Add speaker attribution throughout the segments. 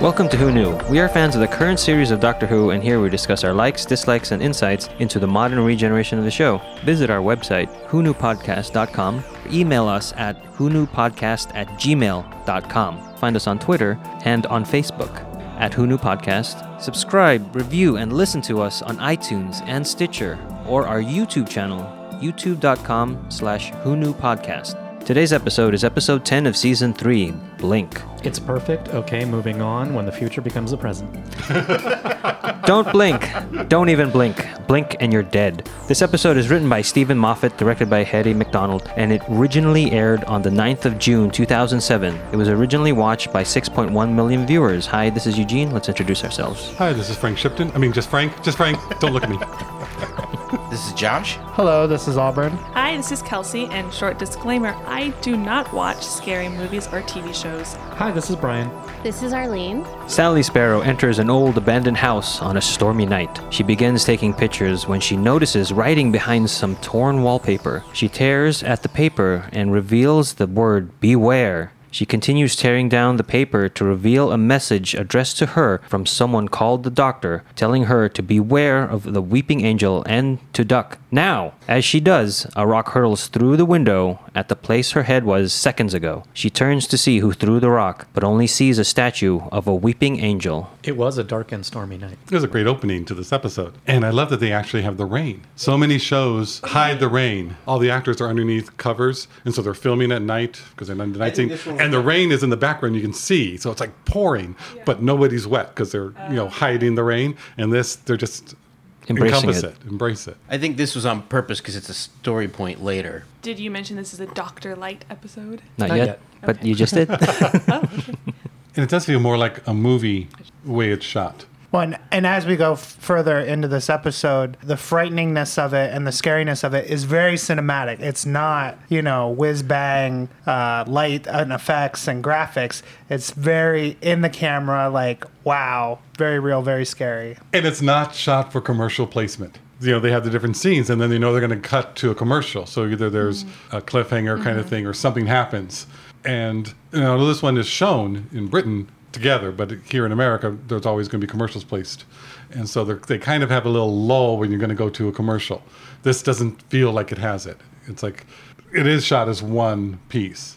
Speaker 1: Welcome to Who Knew. We are fans of the current series of Doctor Who, and here we discuss our likes, dislikes, and insights into the modern regeneration of the show. Visit our website, whonewpodcast.com, or email us at whonewpodcast at gmail.com. Find us on Twitter and on Facebook at Who Knew Podcast. Subscribe, review, and listen to us on iTunes and Stitcher or our YouTube channel, youtube.com slash Who Knew Podcast. Today's episode is episode 10 of season 3, Blink.
Speaker 2: It's perfect. Okay, moving on. When the future becomes the present.
Speaker 1: Don't blink. Don't even blink. Blink and you're dead. This episode is written by Stephen Moffat, directed by Harry McDonald, and it originally aired on the 9th of June 2007. It was originally watched by 6.1 million viewers. Hi, this is Eugene. Let's introduce ourselves.
Speaker 3: Hi, this is Frank Shipton. I mean, just Frank. Just Frank. Don't look at me.
Speaker 4: This is Josh.
Speaker 5: Hello, this is Auburn.
Speaker 6: Hi, this is Kelsey, and short disclaimer I do not watch scary movies or TV shows.
Speaker 2: Hi, this is Brian.
Speaker 7: This is Arlene.
Speaker 1: Sally Sparrow enters an old abandoned house on a stormy night. She begins taking pictures when she notices writing behind some torn wallpaper. She tears at the paper and reveals the word beware. She continues tearing down the paper to reveal a message addressed to her from someone called the doctor, telling her to beware of the weeping angel and to duck. Now, as she does, a rock hurtles through the window at the place her head was seconds ago. She turns to see who threw the rock, but only sees a statue of a weeping angel.
Speaker 2: It was a dark and stormy night.
Speaker 3: It was a great opening to this episode, and I love that they actually have the rain. So many shows hide the rain. All the actors are underneath covers, and so they're filming at night because they're under the night scene, and the rain is in the background. You can see, so it's like pouring, but nobody's wet because they're you know hiding the rain. And this, they're just
Speaker 1: Oh. Embracing
Speaker 3: encompass
Speaker 1: it.
Speaker 3: it. embrace it.
Speaker 4: I think this was on purpose because it's a story point later.
Speaker 6: Did you mention this is a Dr. Light episode?
Speaker 1: Not,
Speaker 2: Not
Speaker 1: yet,
Speaker 2: yet.
Speaker 1: but you just did.
Speaker 3: And it does feel more like a movie way it's shot.
Speaker 5: Well, and, and as we go f- further into this episode, the frighteningness of it and the scariness of it is very cinematic. It's not, you know, whiz bang, uh, light and effects and graphics. It's very in the camera, like, wow, very real, very scary.
Speaker 3: And it's not shot for commercial placement. You know, they have the different scenes and then they know they're going to cut to a commercial. So either there's a cliffhanger kind of thing or something happens. And, you know, this one is shown in Britain together, but here in America, there's always going to be commercials placed. And so they're- they kind of have a little lull when you're going to go to a commercial. This doesn't feel like it has it. It's like it is shot as one piece.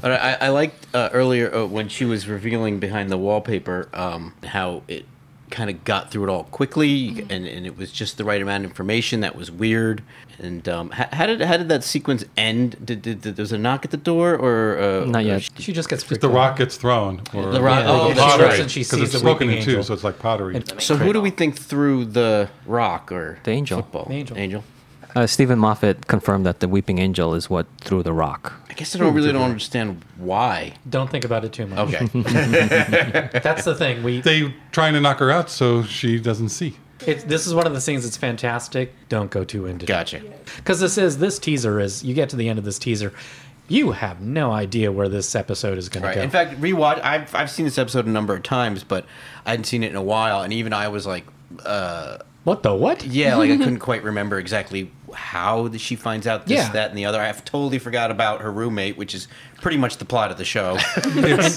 Speaker 4: But I, I liked uh, earlier uh, when she was revealing behind the wallpaper um, how it kind of got through it all quickly, and, and it was just the right amount of information that was weird. And um, how, how did how did that sequence end? Did, did, did there was a knock at the door or uh,
Speaker 1: Not yet.
Speaker 2: She just gets
Speaker 3: If the rock gets thrown, or
Speaker 4: The rock- oh,
Speaker 3: or
Speaker 4: she trips
Speaker 3: pottery,
Speaker 2: and she
Speaker 3: 'cause
Speaker 2: sees
Speaker 3: it's
Speaker 2: the
Speaker 3: broken
Speaker 2: weeping
Speaker 3: in two,
Speaker 2: angel.
Speaker 3: so it's like pottery.
Speaker 4: So who do we think threw the rock or
Speaker 1: The angel.
Speaker 4: Football?
Speaker 2: The angel.
Speaker 4: Angel.
Speaker 1: Uh, Stephen Moffat confirmed that the weeping angel is what threw the rock.
Speaker 4: I guess I don't really don't understand why.
Speaker 2: Don't think about it too much.
Speaker 4: Okay.
Speaker 2: That's the thing. We
Speaker 3: they trying to knock her out so she doesn't see.
Speaker 2: it's this is one of the things that's fantastic. Don't go too into
Speaker 4: gotcha.
Speaker 2: because this is this teaser is you get to the end of this teaser, you have no idea where this episode is going
Speaker 4: Right.
Speaker 2: to go.
Speaker 4: In fact, rewatch. I've I've seen this episode a number of times, but I hadn't seen it in a while, and even I was like, uh,
Speaker 2: what the what?
Speaker 4: yeah, like I couldn't quite remember exactly how that she finds out this,
Speaker 2: Yeah.
Speaker 4: that, and the other. I've totally forgot about her roommate, which is pretty much the plot of the show.
Speaker 3: It's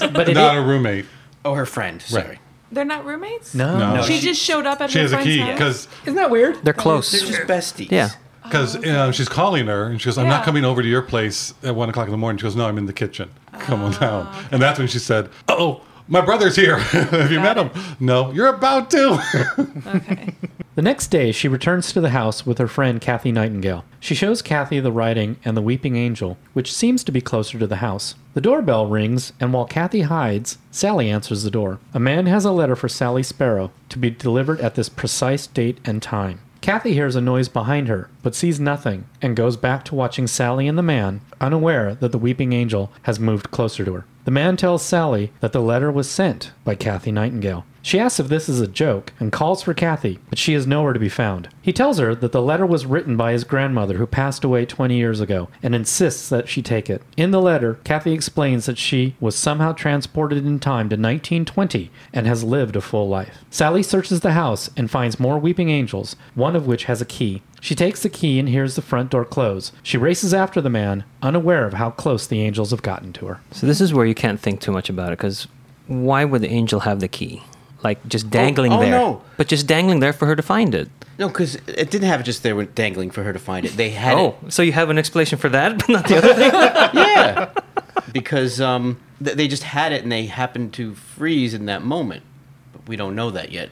Speaker 2: but it
Speaker 3: not
Speaker 2: is-
Speaker 3: a roommate.
Speaker 4: oh, her friend. Sorry.
Speaker 3: Right.
Speaker 6: They're not roommates?
Speaker 2: No,
Speaker 3: No.
Speaker 2: no.
Speaker 6: Oh. She,
Speaker 2: She,
Speaker 6: just showed up at
Speaker 3: She
Speaker 6: her
Speaker 3: has a
Speaker 6: friend's
Speaker 3: key
Speaker 6: house.
Speaker 3: because
Speaker 2: isn't that weird?
Speaker 1: They're close.
Speaker 4: They're just besties.
Speaker 1: yeah.
Speaker 3: because uh, she's calling her and she goes, "I'm not
Speaker 6: Yeah.
Speaker 3: coming over to your place at one o'clock in the morning." She goes, "No, I'm in the kitchen. Come on down." And that's when she said, "Oh, my brother's here. Have you met
Speaker 6: Got
Speaker 3: him? No, you're about to."
Speaker 2: The next day, she returns to the house with her friend Kathy Nightingale. She shows Kathy the writing and the weeping angel, which seems to be closer to the house. The doorbell rings, and while Kathy hides, Sally answers the door. A man has a letter for Sally Sparrow to be delivered at this precise date and time. Kathy hears a noise behind her, but sees nothing, and goes back to watching Sally and the man, unaware that the weeping angel has moved closer to her. The man tells Sally that the letter was sent by Kathy Nightingale. She asks if this is a joke and calls for Kathy, but she is nowhere to be found. He tells her that the letter was written by his grandmother who passed away 20 years ago and insists that she take it. In the letter, Kathy explains that she was somehow transported in time to 1920 and has lived a full life. Sally searches the house and finds more weeping angels, one of which has a key. She takes the key and hears the front door close. She races after the man, unaware of how close the angels have gotten to her.
Speaker 1: So this is where you can't think too much about it because why would the angel have the key? Like just dangling
Speaker 4: oh,
Speaker 1: there.
Speaker 4: no.
Speaker 1: But just dangling there for her to find it.
Speaker 4: No, because it didn't have it just there dangling for her to find it. They had
Speaker 1: Oh, so you have an explanation for that, but not the other thing?
Speaker 4: it. Yeah. because um, th- they just had it and they happened to freeze in that moment. But we don't know that yet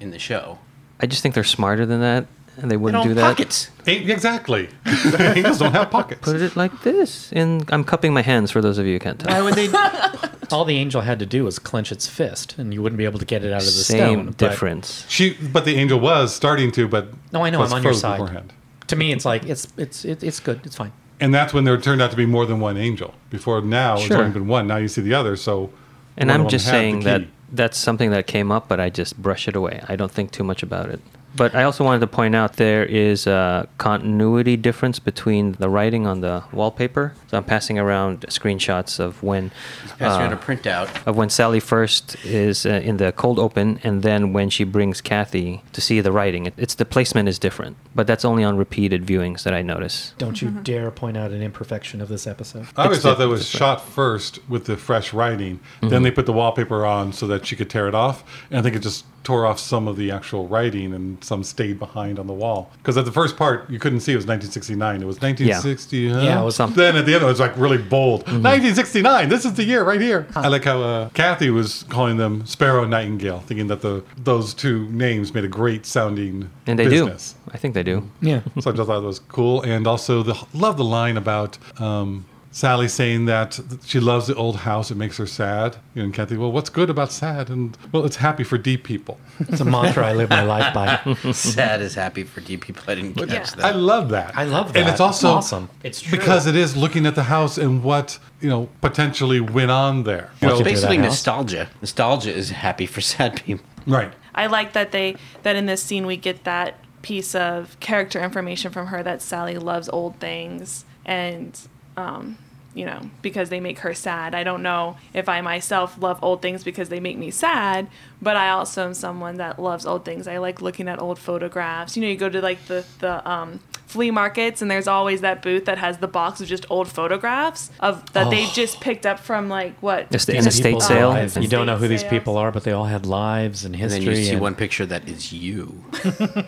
Speaker 4: in the show.
Speaker 1: I just think they're smarter than that, and they
Speaker 4: They
Speaker 1: wouldn't
Speaker 4: don't
Speaker 1: do
Speaker 4: have
Speaker 1: that.
Speaker 4: pockets.
Speaker 3: Ain't- Exactly. Angels don't have pockets.
Speaker 1: Put it like this. And I'm cupping my hands for those of you who can't tell.
Speaker 4: Why would they?
Speaker 2: All the angel had to do was clench its fist, and you wouldn't be able to get it out of the
Speaker 1: Same
Speaker 2: stone. but-
Speaker 1: difference.
Speaker 3: She, but the angel was starting to, but
Speaker 2: No, I know.
Speaker 3: was
Speaker 2: I'm on your
Speaker 3: frozen
Speaker 2: side.
Speaker 3: beforehand.
Speaker 2: To me, it's like it's it's it, it's good. It's fine.
Speaker 3: And that's when there turned out to be more than one angel. Before now, it's
Speaker 1: Sure.
Speaker 3: only been one. Now you see the other. So,
Speaker 1: And
Speaker 3: one of
Speaker 1: I'm
Speaker 3: them
Speaker 1: just
Speaker 3: had the
Speaker 1: saying that
Speaker 3: key.
Speaker 1: that's something that came up, but I just brush it away. I don't think too much about it. But I also wanted to point out there is a continuity difference between the writing on the wallpaper. So I'm passing around screenshots of when
Speaker 4: Pass around
Speaker 1: uh,
Speaker 4: a printout.
Speaker 1: of when Sally first is uh, in the cold open, and then when she brings Kathy to see the writing. It, it's the placement is different, but that's only on repeated viewings that I notice.
Speaker 2: Don't you dare point out an imperfection of this episode.
Speaker 3: I always
Speaker 1: It's
Speaker 3: thought that
Speaker 1: the- Mm-hmm.
Speaker 3: was shot first with the fresh writing. Then they put the wallpaper on so that she could tear it off. And I think it just tore off some of the actual writing and some stayed behind on the wall. Because at the first part, you couldn't see it was 1969. It was 1960. huh?
Speaker 2: Yeah, it was
Speaker 1: something. Mm-hmm.
Speaker 3: Then at the end, it was like really bold. 1969. This is the year right here. I like how uh, Kathy was calling them Sparrow and Nightingale, thinking that the those two names made a great sounding
Speaker 1: And they
Speaker 3: business.
Speaker 1: do. I think they do.
Speaker 2: Yeah.
Speaker 3: So I just thought that was cool. And also, the, love the line about um, Sally saying that she loves the old house. It makes her sad. And Kathy, well, what's good about sad? And well, it's happy for deep people.
Speaker 2: It's a mantra I live my life by.
Speaker 4: Sad is happy for deep people. I didn't catch
Speaker 6: Yeah.
Speaker 4: that.
Speaker 3: I love that.
Speaker 2: I love that.
Speaker 3: And it's also
Speaker 2: awesome. It's true.
Speaker 3: because it is looking at the house and what you know potentially went on there. You
Speaker 2: What's
Speaker 3: know,
Speaker 2: it-
Speaker 4: Basically,
Speaker 2: that house.
Speaker 4: nostalgia. Nostalgia is happy for sad people.
Speaker 3: right.
Speaker 6: I like that they that in this scene we get that piece of character information from her that Sally loves old things and um, you know because they make her sad. I don't know if I myself love old things because they make me sad, but I also am someone that loves old things. I like looking at old photographs. You know, you go to like the the um, flea markets and there's always that booth that has the box of just old photographs of that they just picked up from like what
Speaker 1: Oh. It's the
Speaker 6: in
Speaker 1: in
Speaker 6: the
Speaker 1: a state
Speaker 6: people's
Speaker 1: sale.
Speaker 6: lives.
Speaker 2: You don't know who these
Speaker 6: Sales.
Speaker 2: people are, but they all had lives and
Speaker 4: And
Speaker 2: history.
Speaker 4: then you see one picture that is you.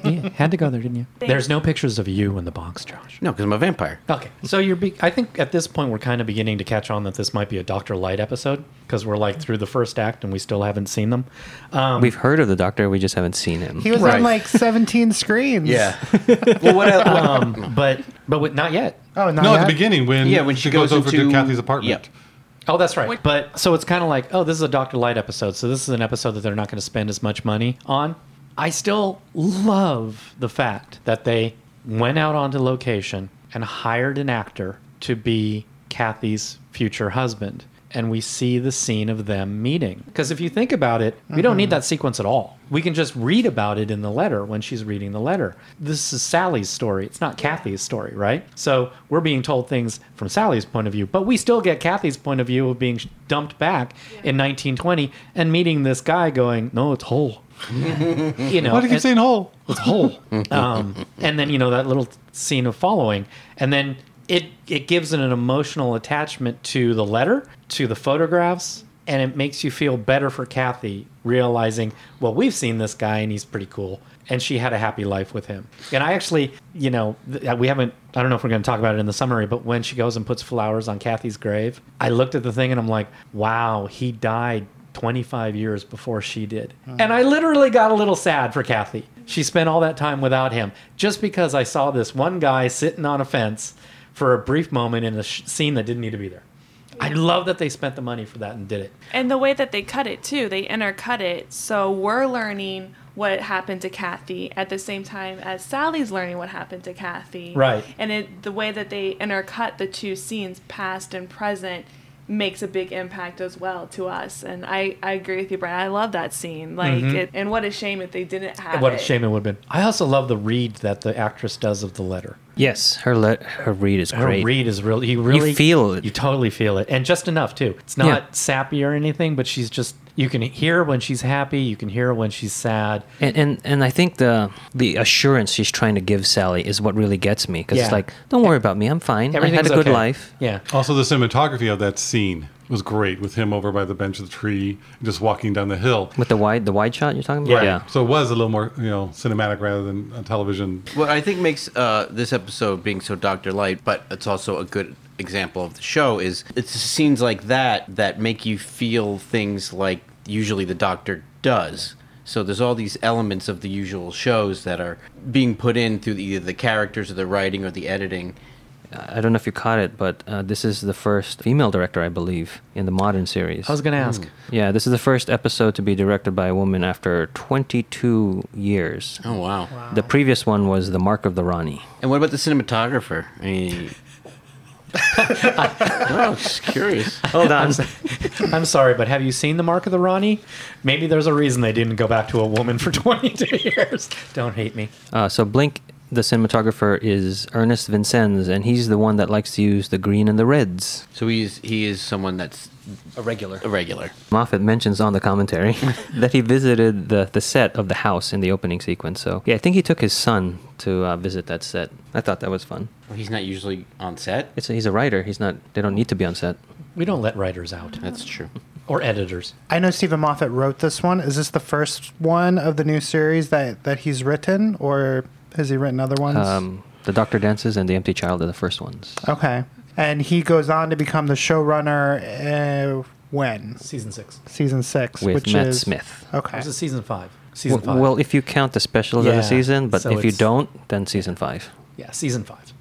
Speaker 2: Yeah, had to go there, didn't you? There's no pictures of you in the box, Josh.
Speaker 4: No, because I'm a vampire.
Speaker 2: Okay, so you're. Be- I think at this point we're kind of beginning to catch on that this might be a Doctor Light episode because we're like through the first act and we still haven't seen them. Um,
Speaker 1: We've heard of the doctor, we just haven't seen him.
Speaker 5: He was
Speaker 4: Right.
Speaker 5: on like 17 screens.
Speaker 4: well, what, el- what-
Speaker 2: um, but but with, not yet.
Speaker 5: Oh, not
Speaker 3: No,
Speaker 5: yet?
Speaker 3: at the beginning when
Speaker 4: Yeah, when she
Speaker 3: goes,
Speaker 4: goes
Speaker 3: over to
Speaker 4: into-
Speaker 3: Kathy's apartment.
Speaker 4: Yep.
Speaker 2: Oh, that's right. But so it's kind of like, oh, this is a Doctor Light episode. So this is an episode that they're not going to spend as much money on. I still love the fact that they went out onto location and hired an actor to be Kathy's future husband. And we see the scene of them meeting. Because if you think about it, we don't need that sequence at all. We can just read about it in the letter when she's reading the letter. This is Sally's story. It's not Kathy's story, right? So we're being told things from Sally's point of view, but we still get Kathy's point of view of being sh- dumped back in 1920 and meeting this guy going, no, it's whole. you know,
Speaker 3: Why do you keep
Speaker 2: and-
Speaker 3: saying whole?
Speaker 2: it's whole. um, and then you know that little scene of following, and then it it gives it an emotional attachment to the letter, to the photographs, and it makes you feel better for Kathy realizing, well, we've seen this guy and he's pretty cool, and she had a happy life with him. And I actually, you know, th- we haven't. I don't know if we're going to talk about it in the summary, but when she goes and puts flowers on Kathy's grave, I looked at the thing and I'm like, wow, he died 25 years before she did. And I literally got a little sad for Kathy. She spent all that time without him just because I saw this one guy sitting on a fence for a brief moment in a sh- scene that didn't need to be there. I love that they spent the money for that and did it.
Speaker 6: And the way that they cut it too, they intercut it. So we're learning what happened to Kathy at the same time as Sally's learning what happened to Kathy.
Speaker 2: Right.
Speaker 6: And it, the way that they intercut the two scenes, past and present, makes a big impact as well to us. And I, I agree with you, Brian. I love that scene. Like, it, and what a shame if they didn't have
Speaker 2: Mm-hmm. What
Speaker 6: it.
Speaker 2: a shame it would have been. I also love the read that the actress does of the letter.
Speaker 1: Yes, her let her read is
Speaker 2: Her
Speaker 1: great.
Speaker 2: read is really, you really
Speaker 1: feel it.
Speaker 2: You totally feel it. And just enough, too. It's not
Speaker 1: Yeah.
Speaker 2: sappy or anything, but she's just, you can hear when she's happy, you can hear when she's sad.
Speaker 1: And, and and I think the the assurance she's trying to give Sally is what really gets me because
Speaker 2: Yeah.
Speaker 1: it's like, don't worry about me, I'm fine. I had a
Speaker 2: Everything's
Speaker 1: good
Speaker 2: okay.
Speaker 1: life.
Speaker 2: Yeah.
Speaker 3: Also, the cinematography of that scene. was great with him over by the bench of the tree, just walking down the hill.
Speaker 1: With the wide the wide shot you're talking about?
Speaker 4: Right.
Speaker 1: Yeah.
Speaker 3: So it was a little more, you know, cinematic rather than a television.
Speaker 4: What I think makes uh, this episode being so Doctor Light, but it's also a good example of the show, is it's scenes like that that make you feel things like usually the Doctor does. So there's all these elements of the usual shows that are being put in through either the characters or the writing or the editing.
Speaker 1: I don't know if you caught it, but uh, this is the first female director, I believe, in the modern series.
Speaker 2: I was going to ask.
Speaker 1: yeah, this is the first episode to be directed by a woman after 22 years.
Speaker 4: Oh wow!
Speaker 1: The previous one was The Mark of the Rani.
Speaker 4: And what about the cinematographer? I mean, oh, just curious.
Speaker 2: Oh,
Speaker 1: Hold on.
Speaker 2: I'm sorry, but have you seen The Mark of the Ronnie? Maybe there's a reason they didn't go back to a woman for 22 years. Don't hate me.
Speaker 1: Uh, so Blink, the cinematographer, is Ernest Vincennes, and he's the one that likes to use the green and the reds.
Speaker 4: So he's he is someone that's a regular. A regular.
Speaker 1: Moffat mentions on the commentary that he visited the, the set of the house in the opening sequence. So yeah, I think he took his son to uh, visit that set. I thought that was fun.
Speaker 4: He's not usually on set.
Speaker 1: It's he's a writer. He's not. They don't need to be on set.
Speaker 2: We don't let writers out
Speaker 4: That's true.
Speaker 2: or editors.
Speaker 5: I know Stephen Moffat wrote this one. Is this the first one of the new series that, that he's written, or has he written other ones?
Speaker 1: Um, the Doctor Dances and the Empty Child are the first ones.
Speaker 5: okay. And he goes on to become the showrunner uh, when?
Speaker 2: Season six.
Speaker 5: Season six.
Speaker 1: With
Speaker 5: which
Speaker 1: Matt
Speaker 5: is,
Speaker 1: Smith.
Speaker 5: Okay.
Speaker 2: This is season five. Season
Speaker 1: Well,
Speaker 2: five.
Speaker 1: well, if you count the specials of
Speaker 2: Yeah,
Speaker 1: the season, but
Speaker 2: so
Speaker 1: if you
Speaker 2: it's-
Speaker 1: don't, then season five.
Speaker 2: yeah, season five.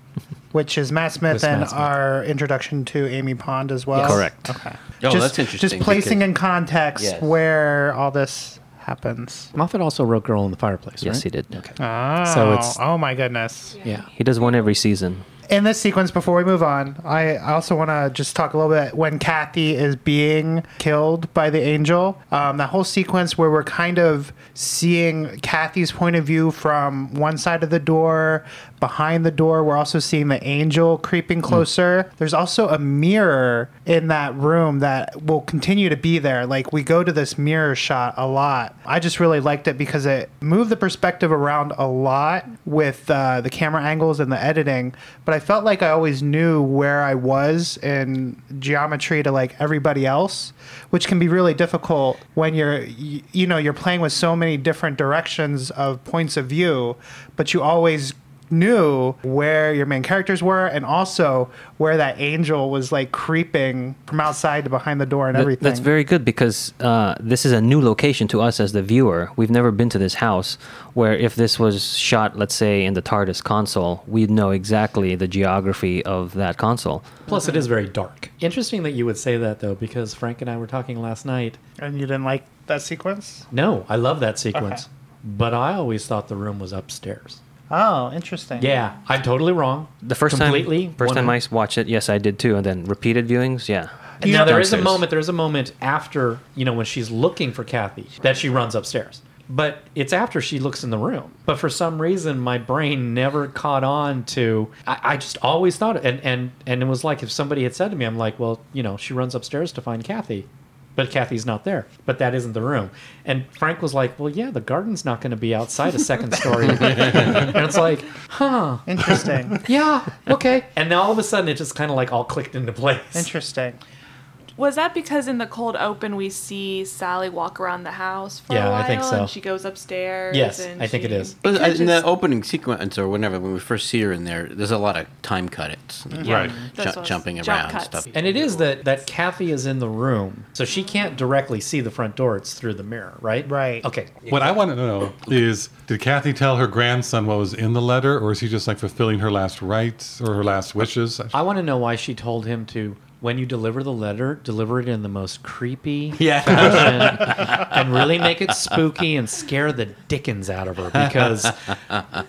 Speaker 5: Which is Matt Smith
Speaker 2: With
Speaker 5: and
Speaker 2: Matt Smith.
Speaker 5: our introduction to Amy Pond as well.
Speaker 1: Yes. Correct.
Speaker 5: Okay.
Speaker 4: Oh,
Speaker 5: just,
Speaker 4: that's interesting
Speaker 5: Just placing
Speaker 4: because-
Speaker 5: in context
Speaker 4: Yes.
Speaker 5: where all this happens.
Speaker 2: Moffat also wrote Girl in the Fireplace,
Speaker 1: Yes,
Speaker 2: right?
Speaker 1: he did.
Speaker 2: Okay.
Speaker 5: Oh,
Speaker 2: So it's-
Speaker 5: oh my goodness.
Speaker 2: Yeah.
Speaker 1: He does one every season.
Speaker 5: in this sequence before we move on i I also want to just talk a little bit when kathy is being killed by the angel um, that whole sequence where we're kind of seeing kathy's point of view from one side of the door behind the door we're also seeing the angel creeping closer there's also a mirror in that room that will continue to be there like we go to this mirror shot a lot i just really liked it because it moved the perspective around a lot with uh, the camera angles and the editing but i felt like i always knew where i was in geometry to like everybody else which can be really difficult when you're you, you know you're playing with so many different directions of points of view but you always knew where your main characters were and also where that angel was like creeping from outside to behind the door and
Speaker 1: Th-
Speaker 5: everything
Speaker 1: That's very good because uh, this is a new location to us as the viewer. We've never been to this house. Where if this was shot, let's say in the TARDIS console, we'd know exactly the geography of that console.
Speaker 2: Plus, it is very dark. Interesting that you would say that, though, because Frank and I were talking last night.
Speaker 5: and you didn't like that sequence
Speaker 2: No, I love that sequence,
Speaker 5: Okay.
Speaker 2: but I always thought the room was upstairs.
Speaker 5: oh interesting
Speaker 2: Yeah, I'm totally wrong.
Speaker 1: The first
Speaker 2: completely
Speaker 1: time, first time I
Speaker 2: 100
Speaker 1: watched it, yes, I did too. And then repeated viewings, yeah.
Speaker 5: You
Speaker 2: now
Speaker 5: know-
Speaker 2: there is a
Speaker 4: Downstairs.
Speaker 2: moment. There is a moment after you know when she's looking for Kathy that she runs upstairs. But it's after she looks in the room. But for some reason, my brain never caught on to. I, I just always thought it, and and and it was like if somebody had said to me, I'm like, well, you know, she runs upstairs to find Kathy, but Kathy's not there. But that isn't the room. And Frank was like, well, yeah, the garden's not going to be outside a second story. and it's like, huh,
Speaker 5: interesting
Speaker 2: yeah, okay. And now all of a sudden, it just kind of like all clicked into place.
Speaker 5: interesting
Speaker 6: Was that because in the cold open we see Sally walk around the house for
Speaker 2: Yeah,
Speaker 6: a
Speaker 2: I
Speaker 6: while
Speaker 2: think so.
Speaker 6: and she goes upstairs?
Speaker 2: Yes,
Speaker 6: and
Speaker 2: I think it
Speaker 6: she-
Speaker 2: is.
Speaker 4: But uh,
Speaker 6: can't
Speaker 4: in the
Speaker 6: just-
Speaker 4: opening sequence or whenever, when we first see her in there, there's a lot of time cut ins,
Speaker 3: Right.
Speaker 6: That's what I was-
Speaker 4: jumping
Speaker 6: Mm-hmm. jump
Speaker 4: around and
Speaker 6: cuts.
Speaker 4: stuff.
Speaker 2: And it is that that Kathy is in the room, so she can't directly see the front door. It's through the mirror, right?
Speaker 5: Right.
Speaker 2: Okay.
Speaker 3: What I want to know is did Kathy tell her grandson what was in the letter, or is he just like fulfilling her last rites or her last wishes?
Speaker 2: I want to know why she told him to. When you deliver the letter, deliver it in the most creepy
Speaker 4: Yeah,
Speaker 2: fashion and really make it spooky and scare the dickens out of her because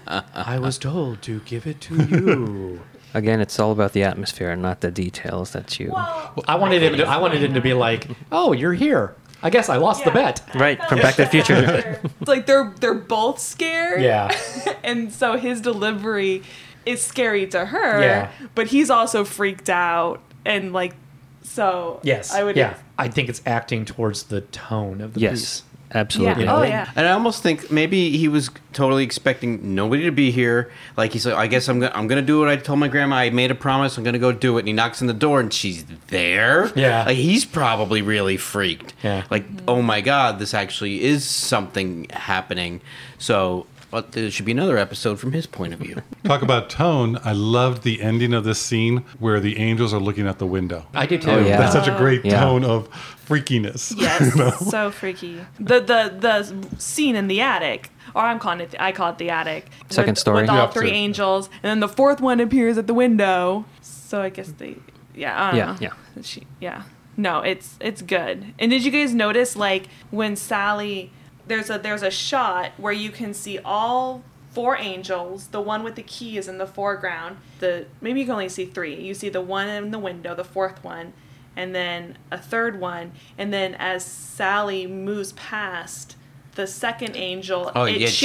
Speaker 2: I was told to give it to you.
Speaker 1: Again, it's all about the atmosphere and not the details that you.
Speaker 2: I wanted him to I wanted him to be like, "Oh, you're here. I guess I lost the
Speaker 6: Yeah.
Speaker 2: bet."
Speaker 1: Right, from Back to the Future.
Speaker 6: It's like they're they're both scared.
Speaker 2: Yeah.
Speaker 6: and so his delivery is scary to her.
Speaker 2: Yeah.
Speaker 6: But he's also freaked out and like so
Speaker 2: Yes.
Speaker 6: I would
Speaker 2: Yeah. I think it's acting towards the tone of the
Speaker 1: Yes.
Speaker 2: piece.
Speaker 1: Absolutely.
Speaker 6: Yeah. Oh, yeah.
Speaker 4: And I almost think maybe he was totally expecting nobody to be here. Like he's like, I guess I'm gonna I'm gonna do what I told my grandma. I made a promise. I'm gonna go do it. And he knocks on the door, and she's there.
Speaker 2: Yeah.
Speaker 4: like he's probably really freaked.
Speaker 2: Yeah.
Speaker 4: like oh my god, this actually is something happening. So. But there should be another episode from his point of view.
Speaker 3: Talk about tone. I loved the ending of this scene where the angels are looking out the window.
Speaker 2: I do too.
Speaker 1: Oh, yeah.
Speaker 3: That's such a great
Speaker 1: Yeah.
Speaker 3: tone of freakiness.
Speaker 6: Yes, so freaky. The the the scene in the attic, or I'm calling it. I call it the attic.
Speaker 1: Second
Speaker 6: with,
Speaker 1: story.
Speaker 6: with all
Speaker 3: Yep,
Speaker 6: three
Speaker 3: so-
Speaker 6: angels, and then the fourth one appears at the window. So I guess they, yeah, I don't
Speaker 1: Yeah,
Speaker 6: know.
Speaker 1: yeah.
Speaker 6: She, yeah. No, it's it's good. And did you guys notice like when Sally, there's a there's a shot where you can see all four angels. The one with the key is in the foreground. The maybe you can only see three. You see the one in the window, the fourth one, and then a third one. And then as Sally moves past the second angel,
Speaker 4: Oh,
Speaker 6: it
Speaker 4: yeah, it changes.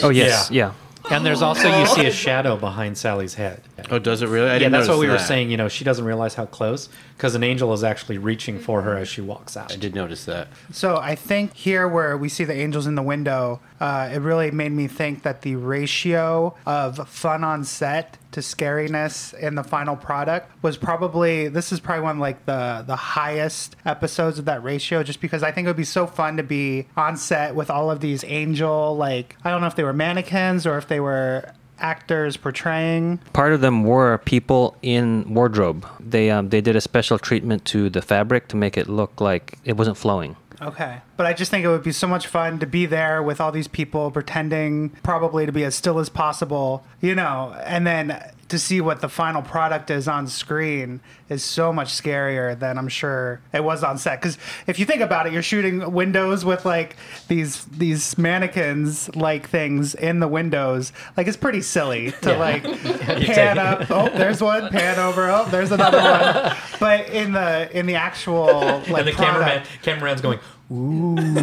Speaker 6: changes.
Speaker 1: Oh, yes. Yeah.
Speaker 2: And there's also you see a shadow behind Sally's head.
Speaker 4: Oh, does it really? I
Speaker 2: yeah,
Speaker 4: didn't
Speaker 2: that's what
Speaker 4: notice
Speaker 2: we were
Speaker 4: that.
Speaker 2: saying. You know, she doesn't realize how close because an angel is actually reaching for her as she walks out.
Speaker 4: I did notice that.
Speaker 5: So I think here where we see the angels in the window, uh, it really made me think that the ratio of fun on set to scariness in the final product was probably this is probably one of like the the highest episodes of that ratio just because I think it would be so fun to be on set with all of these angel like I don't know if they were mannequins or if they were actors portraying
Speaker 1: Part of them were people in wardrobe. They um, they did a special treatment to the fabric to make it look like it wasn't flowing.
Speaker 5: Okay. But I just think it would be so much fun to be there with all these people pretending probably to be as still as possible, you know, and then to see what the final product is on screen is so much scarier than I'm sure it was on set cuz if you think about it, you're shooting windows with like these these mannequins like things in the windows. Like it's pretty silly to like pan up, oh, there's one, pan over, oh, there's another one. But in the in the actual like
Speaker 2: and the cameraman,
Speaker 5: product,
Speaker 2: cameraman's going,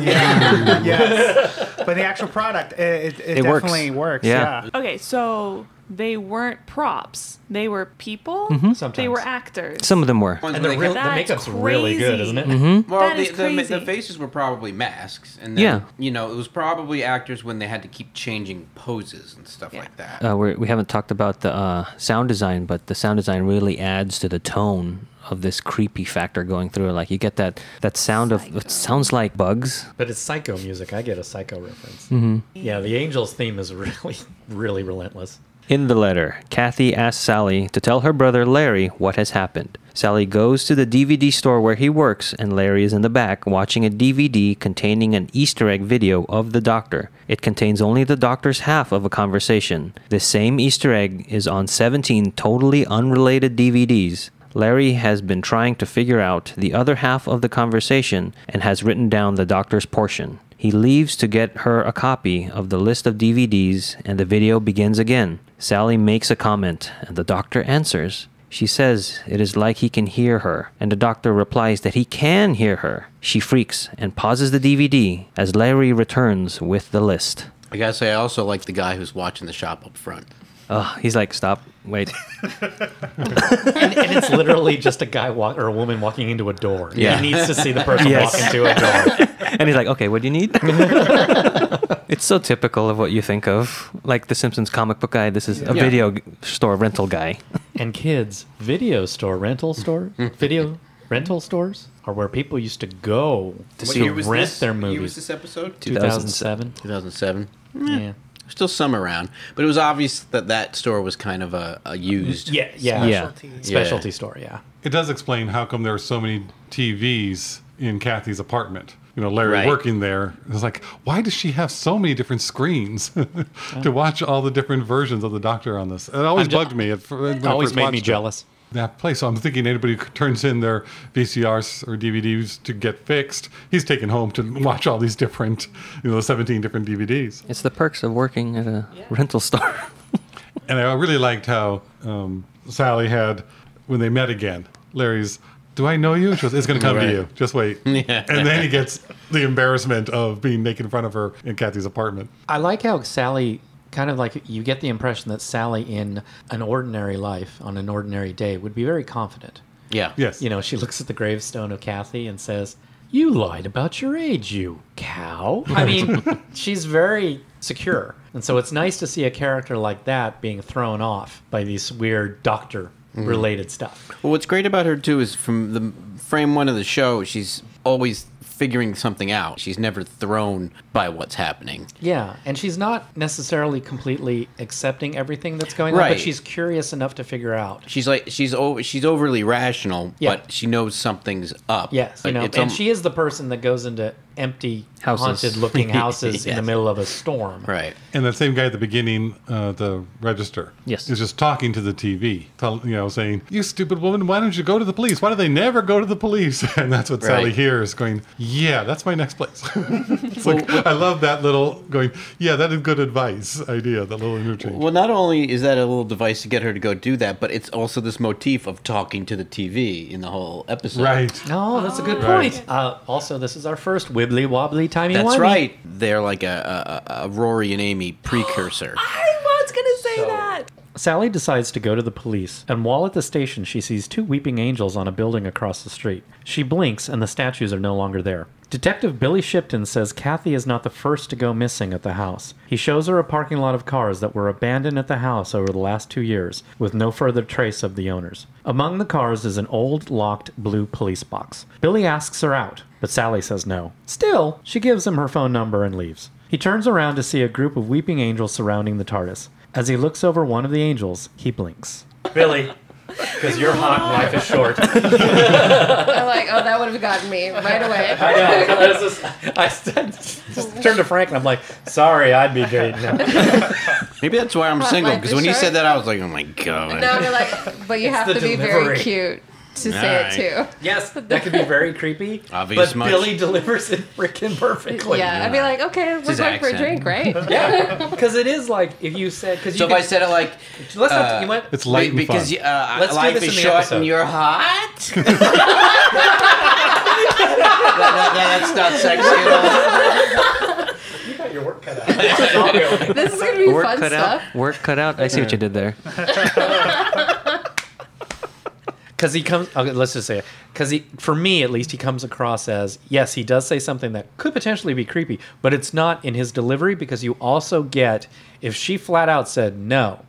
Speaker 5: yeah, yes. But the actual product, it, it, it,
Speaker 1: It works.
Speaker 5: definitely works.
Speaker 1: Yeah.
Speaker 5: Yeah.
Speaker 6: Okay, so they weren't props. They were people.
Speaker 2: Sometimes.
Speaker 6: They were actors.
Speaker 1: Some of them were.
Speaker 2: and the, real, the
Speaker 6: That's
Speaker 2: makeup's really good,
Speaker 6: crazy.
Speaker 2: isn't it?
Speaker 1: Mm-hmm.
Speaker 4: Well,
Speaker 6: That
Speaker 4: the,
Speaker 6: is
Speaker 4: the- the,
Speaker 6: crazy.
Speaker 4: faces were probably masks, and then,
Speaker 1: Yeah.
Speaker 4: you know, it was probably actors when they had to keep changing poses and stuff like that.
Speaker 1: Uh, we're, we haven't talked about the uh, sound design, but the sound design really adds to the tone of this creepy factor going through. Like you get that that sound of it sounds like bugs.
Speaker 2: But it's psycho music. I get a psycho reference.
Speaker 1: Mm-hmm.
Speaker 2: Yeah, the angel's theme is really, really relentless.
Speaker 1: In the letter, Kathy asks Sally to tell her brother Larry what has happened. Sally goes to the DVD store where he works, and Larry is in the back watching a DVD containing an Easter egg video of the doctor. It contains only the doctor's half of a conversation. This same Easter egg is on 17 totally unrelated DVDs. Larry has been trying to figure out the other half of the conversation and has written down the doctor's portion. He leaves to get her a copy of the list of DVDs, and the video begins again. Sally makes a comment, and the doctor answers. She says it is like he can hear her, and the doctor replies that he can hear her. She freaks and pauses the DVD as Larry returns with the list.
Speaker 4: I gotta say, I also like the guy who's watching the shop up front.
Speaker 1: Ugh, he's like, Stop, wait.
Speaker 2: And it's literally just a guy walk or a woman walking into a door.
Speaker 4: Yeah.
Speaker 2: He needs to see the person
Speaker 1: Yes.
Speaker 2: walking to a door.
Speaker 1: And he's like, okay, what do you need? it's so typical of what you think of. Like the Simpsons comic book guy, this is a
Speaker 4: Yeah.
Speaker 1: video g- store rental guy.
Speaker 2: And kids, video store, rental store, video rental stores are where people used to go to
Speaker 4: What
Speaker 2: see-
Speaker 4: year was
Speaker 2: rent
Speaker 4: this?
Speaker 2: their
Speaker 4: What Year was
Speaker 2: movies.
Speaker 4: this episode?
Speaker 2: 2007.
Speaker 4: 2007.
Speaker 2: Yeah.
Speaker 4: Still some around, but it was obvious that that store was kind of a, a used.
Speaker 2: Yeah. Yeah.
Speaker 1: Yeah.
Speaker 2: Specialty store. Yeah.
Speaker 3: It does explain how come there are so many TVs in Kathy's apartment. You know, Larry
Speaker 4: Right.
Speaker 3: working there. It's like, why does she have so many different screens to watch all the different versions of the Doctor on this? It always
Speaker 2: ju-
Speaker 3: bugged me. It,
Speaker 2: uh, It always made me jealous.
Speaker 3: That place. So I'm thinking anybody who turns in their VCRs or DVDs to get fixed, he's taken home to watch all these different, you know, 17 different DVDs.
Speaker 1: It's the perks of working at a rental store.
Speaker 3: And I really liked how um, Sally had when they met again. Larry's, "Do I know you?" She goes, "It's going to come
Speaker 4: Right.
Speaker 3: to you. Just wait."
Speaker 4: Yeah.
Speaker 3: And then he gets the embarrassment of being naked in front of her in Kathy's apartment.
Speaker 2: I like how Sally kind of like you get the impression that Sally in an ordinary life on an ordinary day would be very confident.
Speaker 4: Yeah.
Speaker 3: Yes.
Speaker 2: You know, she looks at the gravestone of Kathy and says, You lied about your age, you cow. I mean, she's very secure. And so it's nice to see a character like that being thrown off by these weird doctor related stuff.
Speaker 4: Well, what's great about her too is from the frame one of the show, she's always figuring something out. She's never thrown by what's happening.
Speaker 2: Yeah, and she's not necessarily completely accepting everything that's going on,
Speaker 4: Right.
Speaker 2: but she's curious enough to figure out.
Speaker 4: She's like she's o- she's overly rational,
Speaker 2: Yeah.
Speaker 4: but she knows something's up.
Speaker 2: Yes, you
Speaker 4: Like,
Speaker 2: know,
Speaker 4: it's um
Speaker 2: and
Speaker 4: al-
Speaker 2: she is the person that goes into empty,
Speaker 1: Houses.
Speaker 2: haunted-looking houses in the
Speaker 4: Yes.
Speaker 2: middle of a storm.
Speaker 4: right.
Speaker 3: And that same guy at the beginning, uh, the register,
Speaker 1: Yes.
Speaker 3: is just talking to the TV, tell, you know, saying, "You stupid woman, why don't you go to the police? Why do they never go to the police?" And that's what Sally
Speaker 4: Right.
Speaker 3: hears, going, "Yeah, that's my next place." it's like I love that little going, "Yeah, that is good advice." Idea, that little interchange.
Speaker 4: Well, not only is that a little device to get her to go do that, but it's also this motif of talking to the TV in the whole episode.
Speaker 3: right.
Speaker 2: No, Oh, that's a good
Speaker 3: Right.
Speaker 2: point. Uh, also, this is our first wibbly wobbly timey
Speaker 4: That's
Speaker 2: wimey.
Speaker 4: right. They're like a, a, a Rory and Amy precursor.
Speaker 6: I was gonna say
Speaker 4: So-
Speaker 6: that.
Speaker 2: Sally decides to go to the police, and while at the station, she sees two weeping angels on a building across the street. She blinks, and the statues are no longer there. Detective Billy Shipton says Kathy is not the first to go missing at the house. He shows her a parking lot of cars that were abandoned at the house over the last two years, with no further trace of the owners. Among the cars is an old, locked blue police box. Billy asks her out, but Sally says no. Still, she gives him her phone number and leaves. He turns around to see a group of weeping angels surrounding the TARDIS. As he looks over one of the angels, he blinks. Billy, because you're hot and life is short.
Speaker 7: I'm like, oh, that would have gotten me right away.
Speaker 2: I said, just turned to Frank and I'm like, sorry, I'd be dating him.
Speaker 4: Maybe that's why I'm single.
Speaker 7: life
Speaker 4: Because
Speaker 7: is
Speaker 4: when you
Speaker 7: short.
Speaker 4: said that, I was like, oh my god.
Speaker 7: Now you're like, but you have
Speaker 2: the
Speaker 7: to be
Speaker 2: delivery.
Speaker 7: very cute to say
Speaker 4: Alright.
Speaker 7: it too.
Speaker 2: Yes, that could be very creepy.
Speaker 4: Obvious
Speaker 2: but
Speaker 4: much.
Speaker 2: Billy delivers it freaking perfectly.
Speaker 7: yeah, I'd be like, okay, we're
Speaker 4: his
Speaker 7: going for a
Speaker 4: accent.
Speaker 7: drink, right?
Speaker 2: because it is like if you said because
Speaker 4: So
Speaker 2: you
Speaker 4: if I
Speaker 2: could-
Speaker 4: said it like,
Speaker 2: let's not
Speaker 4: uh,
Speaker 2: you went
Speaker 3: It's light and
Speaker 4: because
Speaker 3: fun.
Speaker 4: you- uh,
Speaker 2: Let's do
Speaker 4: life
Speaker 2: this
Speaker 4: is
Speaker 2: in the
Speaker 4: short
Speaker 2: episode.
Speaker 4: and you're hot. That- that- that's not sexy at all.
Speaker 2: got your work cut out.
Speaker 7: This is gonna be
Speaker 1: Work
Speaker 7: fun
Speaker 1: cut
Speaker 7: stuff.
Speaker 1: out. Work cut out. I see what you did there.
Speaker 2: Because he comes, okay, let's just say it. Because he, for me at least, he comes across as yes, he does say something that could potentially be creepy, but it's not in his delivery because you also get if she flat out said no,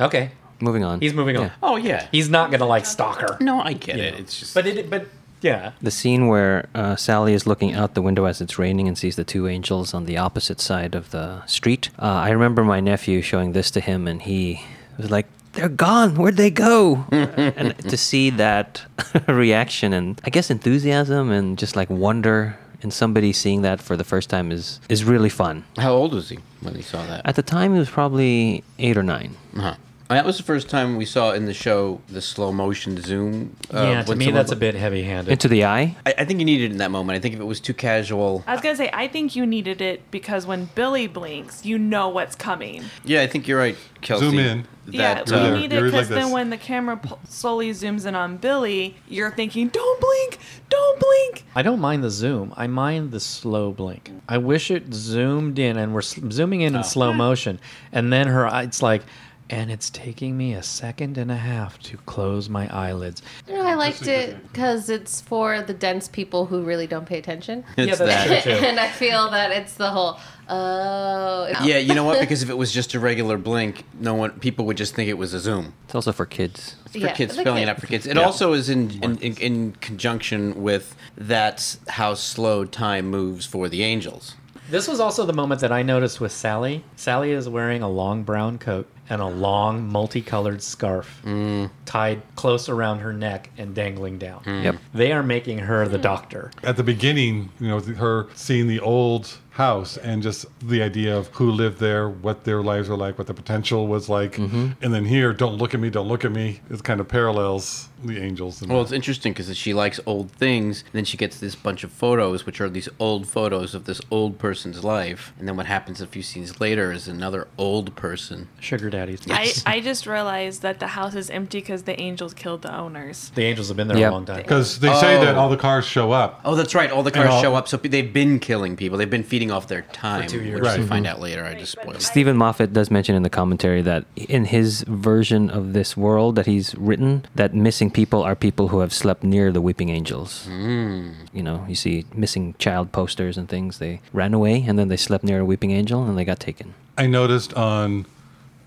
Speaker 2: okay,
Speaker 1: Moving on.
Speaker 2: he's moving on.
Speaker 1: Yeah.
Speaker 4: Oh yeah.
Speaker 2: He's not gonna like stalk her.
Speaker 4: no, I get it. It's just.
Speaker 2: But it, but yeah,
Speaker 1: The scene where uh, Sally is looking out the window as it's raining and sees the two angels on the opposite side of the street. Uh, I remember my nephew showing this to him, and he was like, "They're gone. Where'd they go?" and to see that reaction and I guess enthusiasm and just like wonder in somebody seeing that for the first time is is really fun.
Speaker 4: how old was he when he saw that?
Speaker 1: At the time, he was probably eight or nine.
Speaker 4: Huh. That was the first time we saw in the show the slow motion zoom. uh,
Speaker 2: yeah. To
Speaker 4: when
Speaker 2: me,
Speaker 4: someone-
Speaker 2: that's a bit heavy-handed.
Speaker 1: Into the eye.
Speaker 4: I, I think you needed it in that moment. I think if it was too casual,
Speaker 6: I was gonna say I think you needed it because when Billy blinks, you know what's coming.
Speaker 4: yeah, I think you're right, Kelsey.
Speaker 3: Zoom in.
Speaker 4: That,
Speaker 6: yeah, we
Speaker 3: uh,
Speaker 6: need it
Speaker 3: you're
Speaker 6: because
Speaker 3: like
Speaker 6: then
Speaker 3: this.
Speaker 6: when the camera p- slowly zooms in on Billy, you're thinking, "Don't blink, don't blink."
Speaker 2: I don't mind the zoom. I mind the slow blink. I wish it zoomed in, and we're s- zooming in
Speaker 4: Oh.
Speaker 2: in slow motion, and then her. eye- It's like, and it's taking me a second and a half to close my eyelids.
Speaker 7: You know, I liked it because it's for the dense people who really don't pay attention.
Speaker 4: It's
Speaker 2: yeah,
Speaker 4: that.
Speaker 2: that's true too.
Speaker 7: and I feel that it's the whole oh
Speaker 4: Yeah, you know what? Because if it was just a regular blink, no one people would just think it was a zoom.
Speaker 1: It's also for kids.
Speaker 4: It's for
Speaker 7: Yeah,
Speaker 4: kids
Speaker 7: the
Speaker 4: spelling it
Speaker 7: kid-
Speaker 4: out for kids. It also is in in, in in conjunction with that's how slow time moves for the angels.
Speaker 2: This was also the moment that I noticed with Sally. Sally is wearing a long brown coat and a long multicolored scarf
Speaker 4: Mm.
Speaker 2: tied close around her neck and dangling down.
Speaker 1: Yep.
Speaker 2: They are making her
Speaker 4: Mm.
Speaker 2: the doctor.
Speaker 3: at the beginning, you know, her seeing the old house and just the idea of who lived there, what their lives were like, what the potential was like,
Speaker 4: Mm-hmm.
Speaker 3: and then here, don't look at me, don't look at me. It kind of parallels the angels. And
Speaker 4: Well, it's interesting because she likes old things, and then she gets this bunch of photos, which are these old photos of this old person's life. And then what happens a few scenes later is another old person.
Speaker 2: Sugar daddies.
Speaker 6: I, I just realized that the house is empty because the angels killed the owners.
Speaker 2: The angels have been there
Speaker 1: Yep.
Speaker 2: a long time.
Speaker 3: because they say that
Speaker 4: Oh.
Speaker 3: all the cars show up.
Speaker 4: Oh, that's right. All the cars
Speaker 3: all-
Speaker 4: show up, so pe- they've been killing people. They've been eating off their time,
Speaker 8: two years.
Speaker 4: which
Speaker 3: Right.
Speaker 4: you find out later. I just spoiled. it.
Speaker 1: Stephen Moffat does mention in the commentary that in his version of this world that he's written, that missing people are people who have slept near the weeping angels. You know, you see missing child posters and things. They ran away and then they slept near a weeping angel and they got taken.
Speaker 3: I noticed on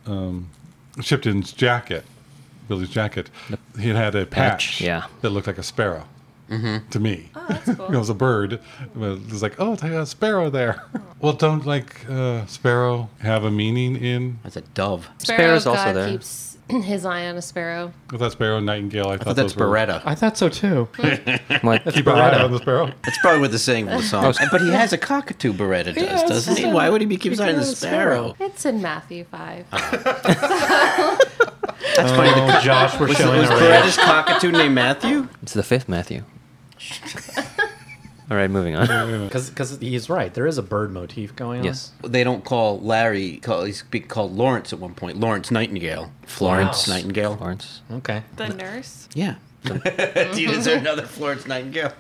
Speaker 3: um, Shipton's jacket, Billy's jacket, he had a patch,
Speaker 1: patch, yeah.
Speaker 3: that looked like a sparrow to me.
Speaker 6: Oh, That's
Speaker 3: You know, it
Speaker 6: cool.
Speaker 3: was a bird. But It was like, oh, it's a sparrow there.
Speaker 6: Oh.
Speaker 3: well, don't like uh, sparrow have a meaning in
Speaker 4: That's a dove.
Speaker 1: Sparrow's also
Speaker 7: God
Speaker 1: there.
Speaker 7: keeps his eye on a sparrow.
Speaker 3: with that sparrow nightingale? I thought,
Speaker 4: I thought that's
Speaker 3: those were-
Speaker 4: Beretta.
Speaker 2: I thought so too.
Speaker 1: What?
Speaker 3: Keep an eye on the sparrow.
Speaker 4: That's probably what the saying of the song.
Speaker 1: Oh,
Speaker 4: but he has a cockatoo Beretta, does,
Speaker 2: it's
Speaker 4: doesn't he?
Speaker 2: just a-
Speaker 4: Why would he be keeping an eye on the
Speaker 2: it's a sparrow.
Speaker 4: sparrow?
Speaker 7: It's in Matthew 5.
Speaker 4: That's funny. The
Speaker 2: Oh, Josh, we're
Speaker 4: was,
Speaker 2: showing
Speaker 4: was
Speaker 2: our age.
Speaker 4: Beretta's cockatoo named Matthew?
Speaker 1: It's the fifth Matthew. All right, moving on.
Speaker 2: Because he's right. There is a bird motif going on.
Speaker 1: Yes.
Speaker 4: They don't call Larry. Call, he's be called Lawrence at one point. Lawrence Nightingale. Florence
Speaker 2: Wow.
Speaker 4: Nightingale.
Speaker 1: Lawrence.
Speaker 2: Okay.
Speaker 6: The nurse.
Speaker 4: Yeah. Do you deserve another Florence Nightingale?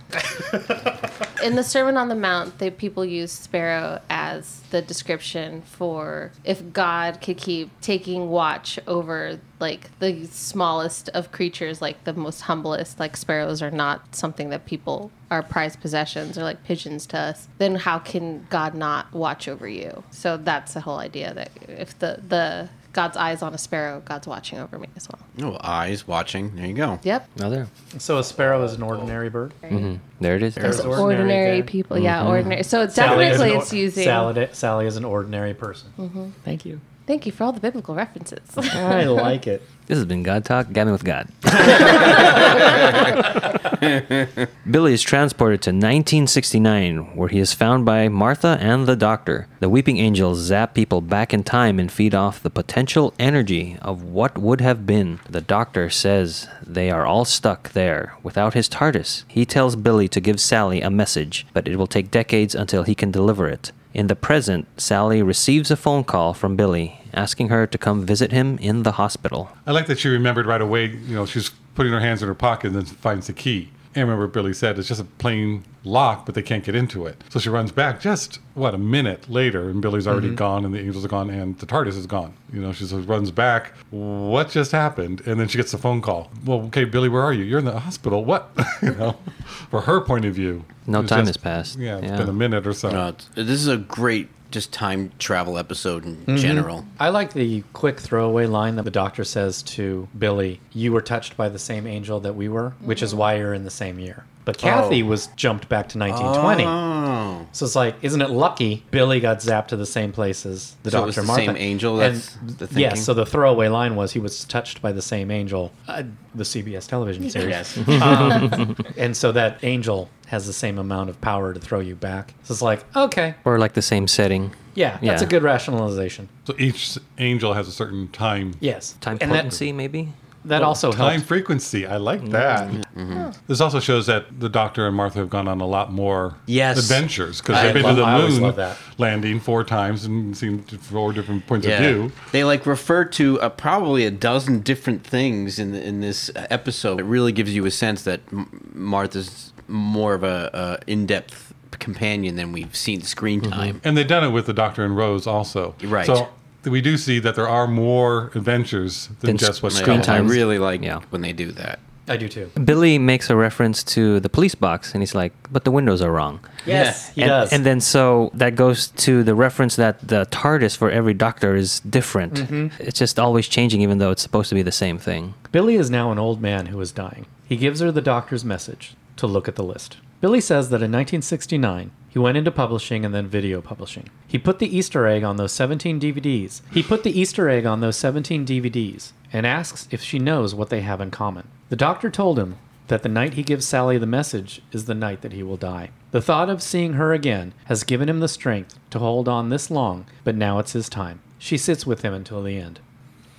Speaker 7: In the Sermon on the Mount, the people use sparrow as the description for if God could keep taking watch over like the smallest of creatures, like the most humblest, like sparrows are not something that people are prized possessions or like pigeons to us, then how can God not watch over you? So that's the whole idea that if the the God's eyes on a sparrow, God's watching over me as well.
Speaker 4: No Oh, eyes watching. There you go.
Speaker 7: Yep.
Speaker 1: Oh, there.
Speaker 2: So a sparrow is an ordinary bird.
Speaker 1: There it is.
Speaker 2: There's
Speaker 1: There it is.
Speaker 2: Or- Ordinary
Speaker 7: Ordinary,
Speaker 2: there.
Speaker 7: people, yeah, ordinary. So it's
Speaker 2: Sally is an
Speaker 7: definitely
Speaker 2: or-
Speaker 7: it's using. Mm-hmm.
Speaker 2: Sally, Sally is an ordinary person. Thank you.
Speaker 7: Thank you for all the biblical references.
Speaker 2: I like it.
Speaker 1: This has been God Talk, Gabbing with God. Billy is transported to 1969, where he is found by Martha and the doctor. The weeping angels zap people back in time and feed off the potential energy of what would have been. The doctor says they are all stuck there without his TARDIS. He tells Billy to give Sally a message, but it will take decades until he can deliver it. In the present, Sally receives a phone call from Billy asking her to come visit him in the hospital.
Speaker 3: I like that she remembered right away. You know, she's putting her hands in her pocket and then finds the key. And remember, Billy said it's just a plain lock, but they can't get into it. So she runs back just what a minute later, and Billy's already
Speaker 1: Mm-hmm.
Speaker 3: gone, and the angels are gone, and the TARDIS is gone. You know, she just runs back. What just happened? And then she gets a phone call. Well, okay, Billy, where are you? You're in the hospital. What? you know, for her point of view,
Speaker 1: No
Speaker 3: it's
Speaker 1: time has passed.
Speaker 3: Yeah, it's
Speaker 1: Yeah.
Speaker 3: been a minute or so.
Speaker 4: Uh, this is a great just time travel episode in general.
Speaker 2: I like the quick throwaway line that the doctor says to Billy, You were touched by the same angel that we were, which
Speaker 4: Mm-hmm.
Speaker 2: is why you're in the same year. But Kathy was jumped back to 1920.
Speaker 4: Oh.
Speaker 2: So it's like, isn't it lucky Billy got zapped to the same place as the
Speaker 4: So it
Speaker 2: doctor
Speaker 4: was the
Speaker 2: Martha?
Speaker 4: same angel?
Speaker 2: And-
Speaker 4: That's the
Speaker 2: Yeah,
Speaker 4: thinking?
Speaker 2: so the throwaway line was he was touched by the same angel, uh, the CBS television series. Um,
Speaker 4: Yes.
Speaker 2: And so that angel has the same amount of power to throw you back. So it's like, okay,
Speaker 1: Or like the same setting.
Speaker 2: yeah, that's
Speaker 1: Yeah.
Speaker 2: a good rationalization.
Speaker 3: So each angel has a certain time
Speaker 2: Yes.
Speaker 1: Time
Speaker 2: and that,
Speaker 1: potency, maybe?
Speaker 2: that also
Speaker 3: Time
Speaker 2: helped.
Speaker 3: frequency. I like that. Mm-hmm. This also shows that the Doctor and Martha have gone on a lot more
Speaker 4: Yes.
Speaker 3: adventures because
Speaker 4: I
Speaker 3: they've been
Speaker 2: love-
Speaker 3: to
Speaker 2: I always
Speaker 3: the
Speaker 2: love
Speaker 3: moon
Speaker 2: that.
Speaker 3: landing four times and seen four different points
Speaker 4: Yeah.
Speaker 3: of view.
Speaker 4: They like refer to uh, probably a dozen different things in in this uh, episode. It really gives you a sense that M- Martha's more of a uh, in depth companion than we've seen screen time.
Speaker 3: And they've done it with the Doctor and Rose also.
Speaker 4: Right.
Speaker 3: So we do see that there are more adventures than
Speaker 1: Than
Speaker 3: just what
Speaker 1: sc-
Speaker 3: they
Speaker 1: screen
Speaker 3: are.
Speaker 4: I- I
Speaker 1: times.
Speaker 4: really like
Speaker 1: Yeah.
Speaker 4: when they do that.
Speaker 2: I do too.
Speaker 1: Billy makes a reference to the police box and he's like, but the windows are wrong.
Speaker 2: Yes, he
Speaker 1: and,
Speaker 2: does.
Speaker 1: and then so that goes to the reference that the TARDIS for every doctor is different.
Speaker 2: Mm-hmm.
Speaker 1: It's just always changing, even though it's supposed to be the same thing.
Speaker 2: Billy is now an old man who is dying. He gives her the doctor's message to look at the list. Billy says that in 1969, he went into publishing and then video publishing. He put the Easter egg on those 17 DVDs. He put the Easter egg on those 17 DVDs and asks if she knows what they have in common. The doctor told him that the night he gives Sally the message is the night that he will die. The thought of seeing her again has given him the strength to hold on this long, but now it's his time. She sits with him until the end.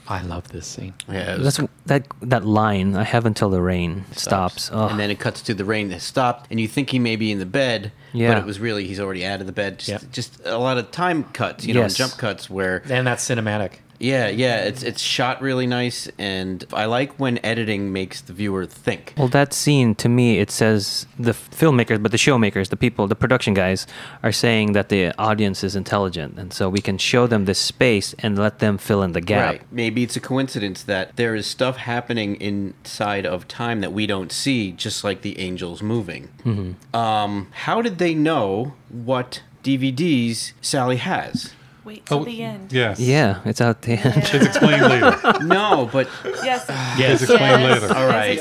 Speaker 2: I love this scene.
Speaker 4: Yeah, it was-
Speaker 1: That's that that line. I have until the rain stops. Ugh.
Speaker 4: And then it cuts to the rain that stopped, and you think he may be in the bed,
Speaker 1: Yeah.
Speaker 4: but it was really he's already out of the bed. Just,
Speaker 2: Yep.
Speaker 4: just a lot of time cuts, you know,
Speaker 1: Yes.
Speaker 4: and jump cuts where
Speaker 2: And that's cinematic.
Speaker 4: Yeah, yeah, it's it's shot really nice, and I like when editing makes the viewer think.
Speaker 1: Well, that scene to me, it says the f- filmmakers, but the showmakers, the people, the production guys, are saying that the audience is intelligent, and so we can show them this space and let them fill in the gap.
Speaker 4: Right. Maybe it's a coincidence that there is stuff happening inside of time that we don't see, just like the angels moving.
Speaker 1: Mm-hmm.
Speaker 4: Um, how did they know what DVDs Sally has?
Speaker 6: Wait
Speaker 3: Oh,
Speaker 6: till the end.
Speaker 3: Yes.
Speaker 1: Yeah, it's out there.
Speaker 3: It's explained later.
Speaker 4: No, but
Speaker 6: Yes.
Speaker 3: It's
Speaker 2: Yes.
Speaker 3: explained
Speaker 7: Yes.
Speaker 3: later.
Speaker 4: all right.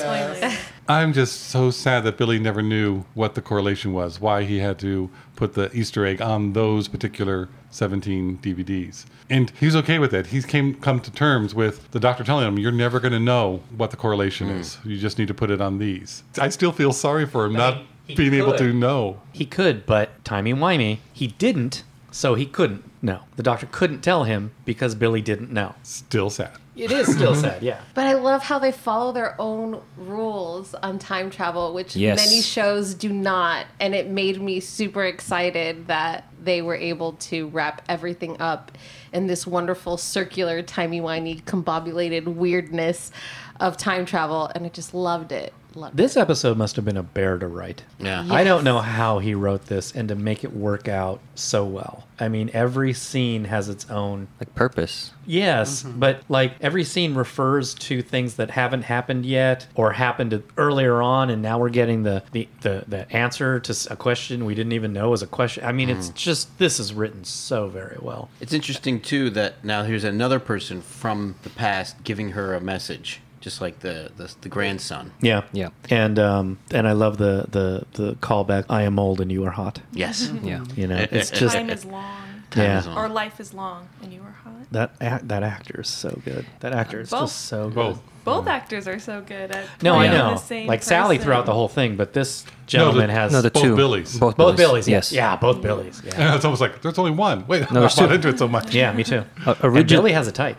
Speaker 3: I'm just so sad that Billy never knew what the correlation was, why he had to put the Easter egg on those particular 17 DVDs. And he's okay with it. He's came come to terms with the doctor telling him, "You're never going to know what the correlation
Speaker 2: Hmm.
Speaker 3: is. You just need to put it on these." I still feel sorry for him not
Speaker 2: he
Speaker 3: being able to
Speaker 2: could.
Speaker 3: know.
Speaker 2: He could, but timey wimey, he didn't, so he couldn't. No, the doctor couldn't tell him because Billy didn't know.
Speaker 3: Still sad.
Speaker 2: It is still sad, yeah.
Speaker 7: But I love how they follow their own rules on time travel, which
Speaker 1: Yes.
Speaker 7: many shows do not. And it made me super excited that they were able to wrap everything up in this wonderful circular, timey-wimey, combobulated weirdness of time travel. And I just loved it. Loved
Speaker 2: This episode must have been a bear to write.
Speaker 4: Yeah.
Speaker 2: I don't know how he wrote this and to make it work out so well. I mean, every scene has its own
Speaker 1: Like purpose.
Speaker 2: Yes,
Speaker 6: Mm-hmm.
Speaker 2: but like every scene refers to things that haven't happened yet or happened earlier on, and now we're getting the the the, the answer to s- a question we didn't even know was a question. I mean, it's just this is written so very well.
Speaker 4: It's interesting too that now here's another person from the past giving her a message, just like the the, the grandson.
Speaker 2: Yeah,
Speaker 1: Yeah.
Speaker 2: and um and I love the the the callback. I am old and you are hot.
Speaker 4: Yes.
Speaker 5: Mm-hmm.
Speaker 1: Yeah.
Speaker 2: You know, it's just
Speaker 6: Time is long.
Speaker 2: yeah.
Speaker 4: is on.
Speaker 6: Or life is long, and you were hot.
Speaker 2: That act, that actor is so good. That actor is
Speaker 6: Both.
Speaker 2: just so good.
Speaker 3: Both.
Speaker 6: Both actors are so good at.
Speaker 2: No, I
Speaker 6: playing
Speaker 2: know.
Speaker 6: The same
Speaker 2: Like Sally
Speaker 6: person.
Speaker 2: throughout the whole thing, but this gentleman has
Speaker 1: No, the
Speaker 3: Both
Speaker 1: two.
Speaker 3: Billies.
Speaker 1: Both,
Speaker 2: both
Speaker 1: Billies.
Speaker 2: Billies. Yes. Yeah, both Billies. Yeah.
Speaker 3: And it's almost like there's only one. Wait, I'm
Speaker 1: there's
Speaker 3: not
Speaker 1: two.
Speaker 3: into it so much.
Speaker 2: Yeah, me too.
Speaker 1: Uh,
Speaker 2: and
Speaker 1: origi-
Speaker 2: Billy has a type.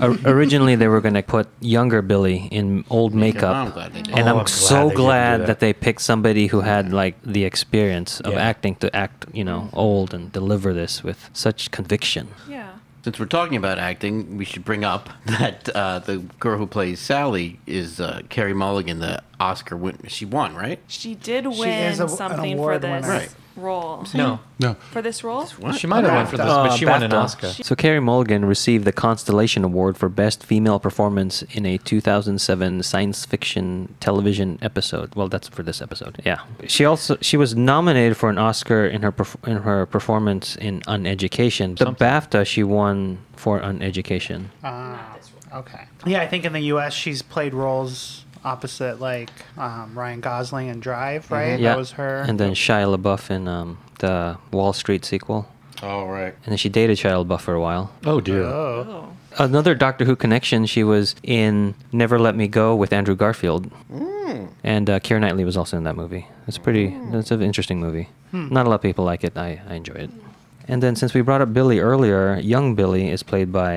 Speaker 1: or- originally, they were going to put younger Billy in old makeup.
Speaker 4: I'm glad they did.
Speaker 1: and
Speaker 2: Oh,
Speaker 1: I'm,
Speaker 2: I'm glad they
Speaker 1: so
Speaker 2: didn't do
Speaker 1: glad
Speaker 2: that.
Speaker 1: that. they picked somebody who had like the experience of
Speaker 2: Yeah.
Speaker 1: acting to act, you know, old and deliver this with such conviction.
Speaker 6: Yeah.
Speaker 4: Since we're talking about acting, we should bring up that uh, the girl who plays Sally is uh, Carrie Mulligan, the Oscar win. She won, right?
Speaker 6: She did win
Speaker 5: is a- an
Speaker 6: something for
Speaker 5: award
Speaker 6: this
Speaker 5: winner.
Speaker 4: Right.
Speaker 6: role.
Speaker 2: No,
Speaker 3: No.
Speaker 6: For this role?
Speaker 4: What?
Speaker 2: she might have won for this, but Uh, she won an Oscar.
Speaker 1: Uh, So Carrie Mulligan received the Constellation Award for Best Female Performance in a 2007 science fiction television episode. Well, that's for this episode. Yeah. She also she was nominated for an Oscar in her perf- in her performance in Uneducation. The BAFTA she won for Uneducation.
Speaker 5: Uh, Okay. Yeah, I think in the U.S. she's played roles opposite like um, Ryan Gosling in Drive, right? That was her.
Speaker 1: Mm-hmm. And then Shia LaBeouf in um, the Wall Street sequel.
Speaker 4: All right.
Speaker 1: And then she dated Shia LaBeouf for a while.
Speaker 2: Oh dear.
Speaker 6: Oh.
Speaker 1: Another Doctor Who connection, she was in Never Let Me Go with Andrew Garfield. And uh, Keira Knightley was also in that movie. It's pretty, it's an interesting movie.
Speaker 2: Hmm.
Speaker 1: Not a lot of people like it. I, I enjoy it. And then since we brought up Billy earlier, young Billy is played by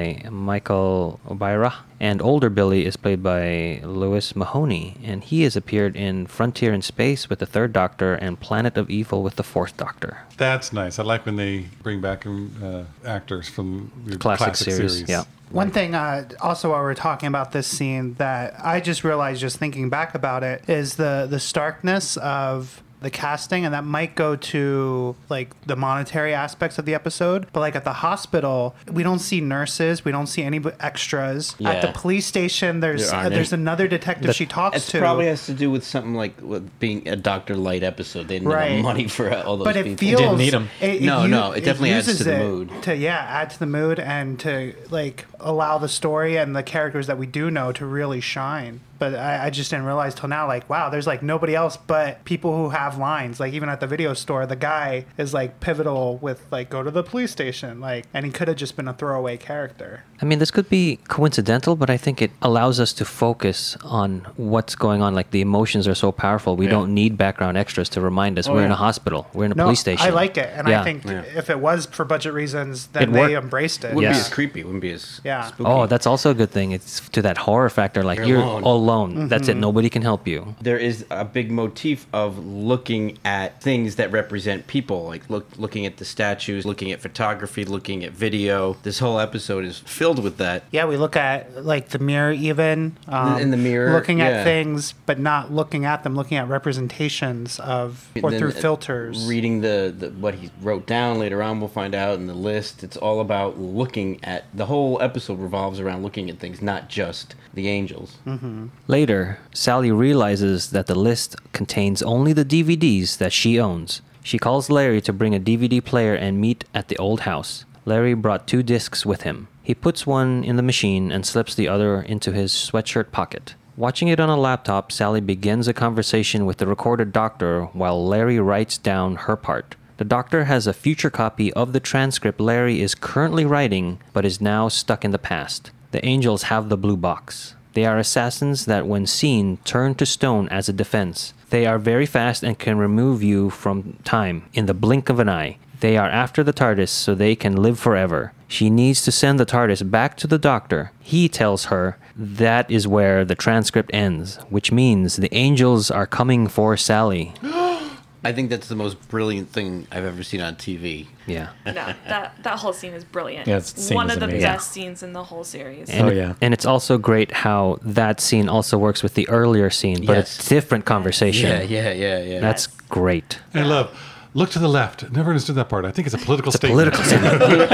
Speaker 1: Michael O'Byra, and older Billy is played by Lewis Mahoney. And he has appeared in Frontier in Space with the Third Doctor and Planet of Evil with the Fourth Doctor.
Speaker 3: That's nice. I like when they bring back uh, actors from the
Speaker 1: Classic, series. Yeah.
Speaker 5: One thing, uh, also while we're talking about this scene, that I just realized, just thinking back about it, is the the starkness of the casting, and that might go to like the monetary aspects of the episode. But like at the hospital, we don't see nurses, we don't see any b- extras. At the
Speaker 4: Yeah.
Speaker 5: police station, there's
Speaker 4: There
Speaker 5: uh,
Speaker 4: aren't
Speaker 5: there's
Speaker 4: any.
Speaker 5: another detective she talks
Speaker 4: It
Speaker 5: to.
Speaker 4: probably has to do with something like with being a Doctor Light episode. They didn't
Speaker 5: Right.
Speaker 4: have money for all those
Speaker 5: but
Speaker 4: people.
Speaker 5: it feels
Speaker 2: Didn't need 'em.
Speaker 5: It,
Speaker 4: No, no, it definitely adds to
Speaker 5: uses
Speaker 4: the
Speaker 5: it
Speaker 4: mood.
Speaker 5: To yeah, add to the mood and to like allow the story and the characters that we do know to really shine. But I, I just didn't realize till now, like, wow, there's like nobody else but people who have lines. Like even at the video store, the guy is like pivotal with like go to the police station, like, and he could have just been a throwaway character.
Speaker 1: I mean, this could be coincidental, but I think it allows us to focus on what's going on. Like the emotions are so powerful, we don't need background extras to remind us we're in a hospital, we're in a
Speaker 5: Oh, No,
Speaker 1: police station.
Speaker 5: I like it, and I
Speaker 1: Yeah. Oh,
Speaker 5: think if it was for budget reasons,
Speaker 1: It
Speaker 5: then they
Speaker 1: worked.
Speaker 5: embraced it.
Speaker 4: wouldn't
Speaker 1: Yeah.
Speaker 4: be as creepy. Wouldn't be as
Speaker 5: Yeah.
Speaker 4: Spooky.
Speaker 1: Oh, that's also a good thing. It's to that horror factor. Like
Speaker 4: You're
Speaker 1: you're,
Speaker 4: alone.
Speaker 1: alone. alone. That's
Speaker 5: Mm-hmm.
Speaker 1: it. Nobody can help you.
Speaker 4: there is a big motif of looking at things that represent people like look looking at the statues looking at photography looking at video this whole episode is filled with that
Speaker 5: Yeah, we look at like the mirror, even um,
Speaker 4: In the mirror,
Speaker 5: looking
Speaker 4: yeah.
Speaker 5: at things, but not looking at them, looking at representations of or
Speaker 4: then,
Speaker 5: through
Speaker 4: uh,
Speaker 5: filters.
Speaker 4: reading the, the what he wrote down later on we'll find out in the list it's all about looking at the whole episode revolves around looking at things not just the angels
Speaker 5: Hmm.
Speaker 1: Later, Sally realizes that the list contains only the DVDs that she owns. She calls Larry to bring a DVD player and meet at the old house. Larry brought two discs with him. He puts one in the machine and slips the other into his sweatshirt pocket. Watching it on a laptop, Sally begins a conversation with the recorded doctor while Larry writes down her part. The doctor has a future copy of the transcript Larry is currently writing, but is now stuck in the past. The angels have the blue box. They are assassins that, when seen, turn to stone as a defense. They are very fast and can remove you from time in the blink of an eye. They are after the TARDIS so they can live forever. She needs to send the TARDIS back to the doctor. He tells her that is where the transcript ends, which means the angels are coming for Sally.
Speaker 4: i think that's the most brilliant thing i've ever seen on tv
Speaker 1: Yeah.
Speaker 4: Oh,
Speaker 6: No, that that whole scene is brilliant.
Speaker 2: Yeah, that scene
Speaker 6: one
Speaker 2: is
Speaker 6: of the
Speaker 2: amazing.
Speaker 6: best scenes in the whole series.
Speaker 1: And,
Speaker 2: Oh,
Speaker 1: it-
Speaker 2: yeah.
Speaker 1: and it's also great how that scene also works with the earlier scene, but it's
Speaker 4: Yes.
Speaker 1: different conversation.
Speaker 4: yeah yeah yeah yeah
Speaker 1: That's great.
Speaker 3: I love. Look to the left. Never understood that part. I think it's a political
Speaker 1: It's a
Speaker 3: statement.
Speaker 1: political statement.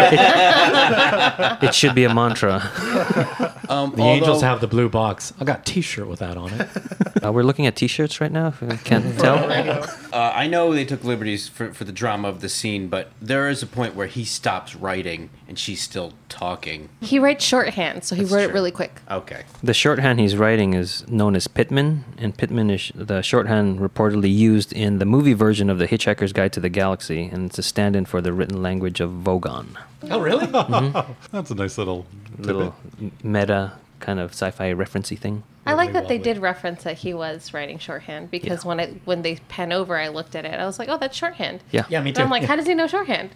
Speaker 1: it, it should be a mantra.
Speaker 4: um,
Speaker 2: The
Speaker 4: although-
Speaker 2: angels have the blue box. I got a T-shirt with that on it.
Speaker 1: Uh, we're looking at T-shirts right now. If you can't tell,
Speaker 4: Uh, I know they took liberties for, for the drama of the scene, but there is a point where he stops writing and she's still talking.
Speaker 7: He writes shorthand, so he wrote it
Speaker 4: true.
Speaker 7: really quick.
Speaker 4: Okay.
Speaker 1: the shorthand he's writing is known as Pittman, and Pittman is sh- the shorthand reportedly used in the movie version of The Hitchhiker's Guide to the Galaxy, and it's a stand-in for the written language of Vogon.
Speaker 2: oh, really?
Speaker 3: That's a nice little
Speaker 1: Little m- meta kind of sci-fi referencey thing.
Speaker 7: I like that they did reference that he was writing shorthand because when it when they pan over, I looked at it. I was like, oh, that's shorthand.
Speaker 1: Yeah.
Speaker 2: Yeah, me
Speaker 7: And
Speaker 2: too.
Speaker 7: I'm like, how does he know shorthand?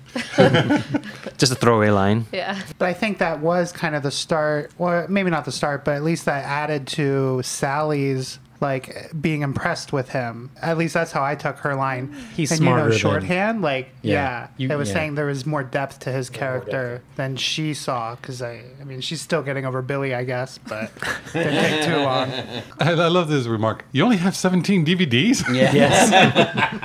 Speaker 1: Just a throwaway line.
Speaker 7: yeah.
Speaker 5: But I think that was kind of the start, or maybe not the start, but at least that added to Sally's like being impressed with him. At least that's how I took her line.
Speaker 2: He's
Speaker 5: and
Speaker 2: smarter
Speaker 5: you know
Speaker 2: than-
Speaker 5: shorthand, like
Speaker 2: Yeah.
Speaker 5: yeah,
Speaker 2: You-
Speaker 5: I was
Speaker 2: yeah.
Speaker 5: saying there was more depth to his character than she saw because I, I mean, she's still getting over Billy, I guess, but it didn't take too long.
Speaker 3: I, I love this remark. You only have 17 DVDs?
Speaker 4: Yeah.
Speaker 2: yes.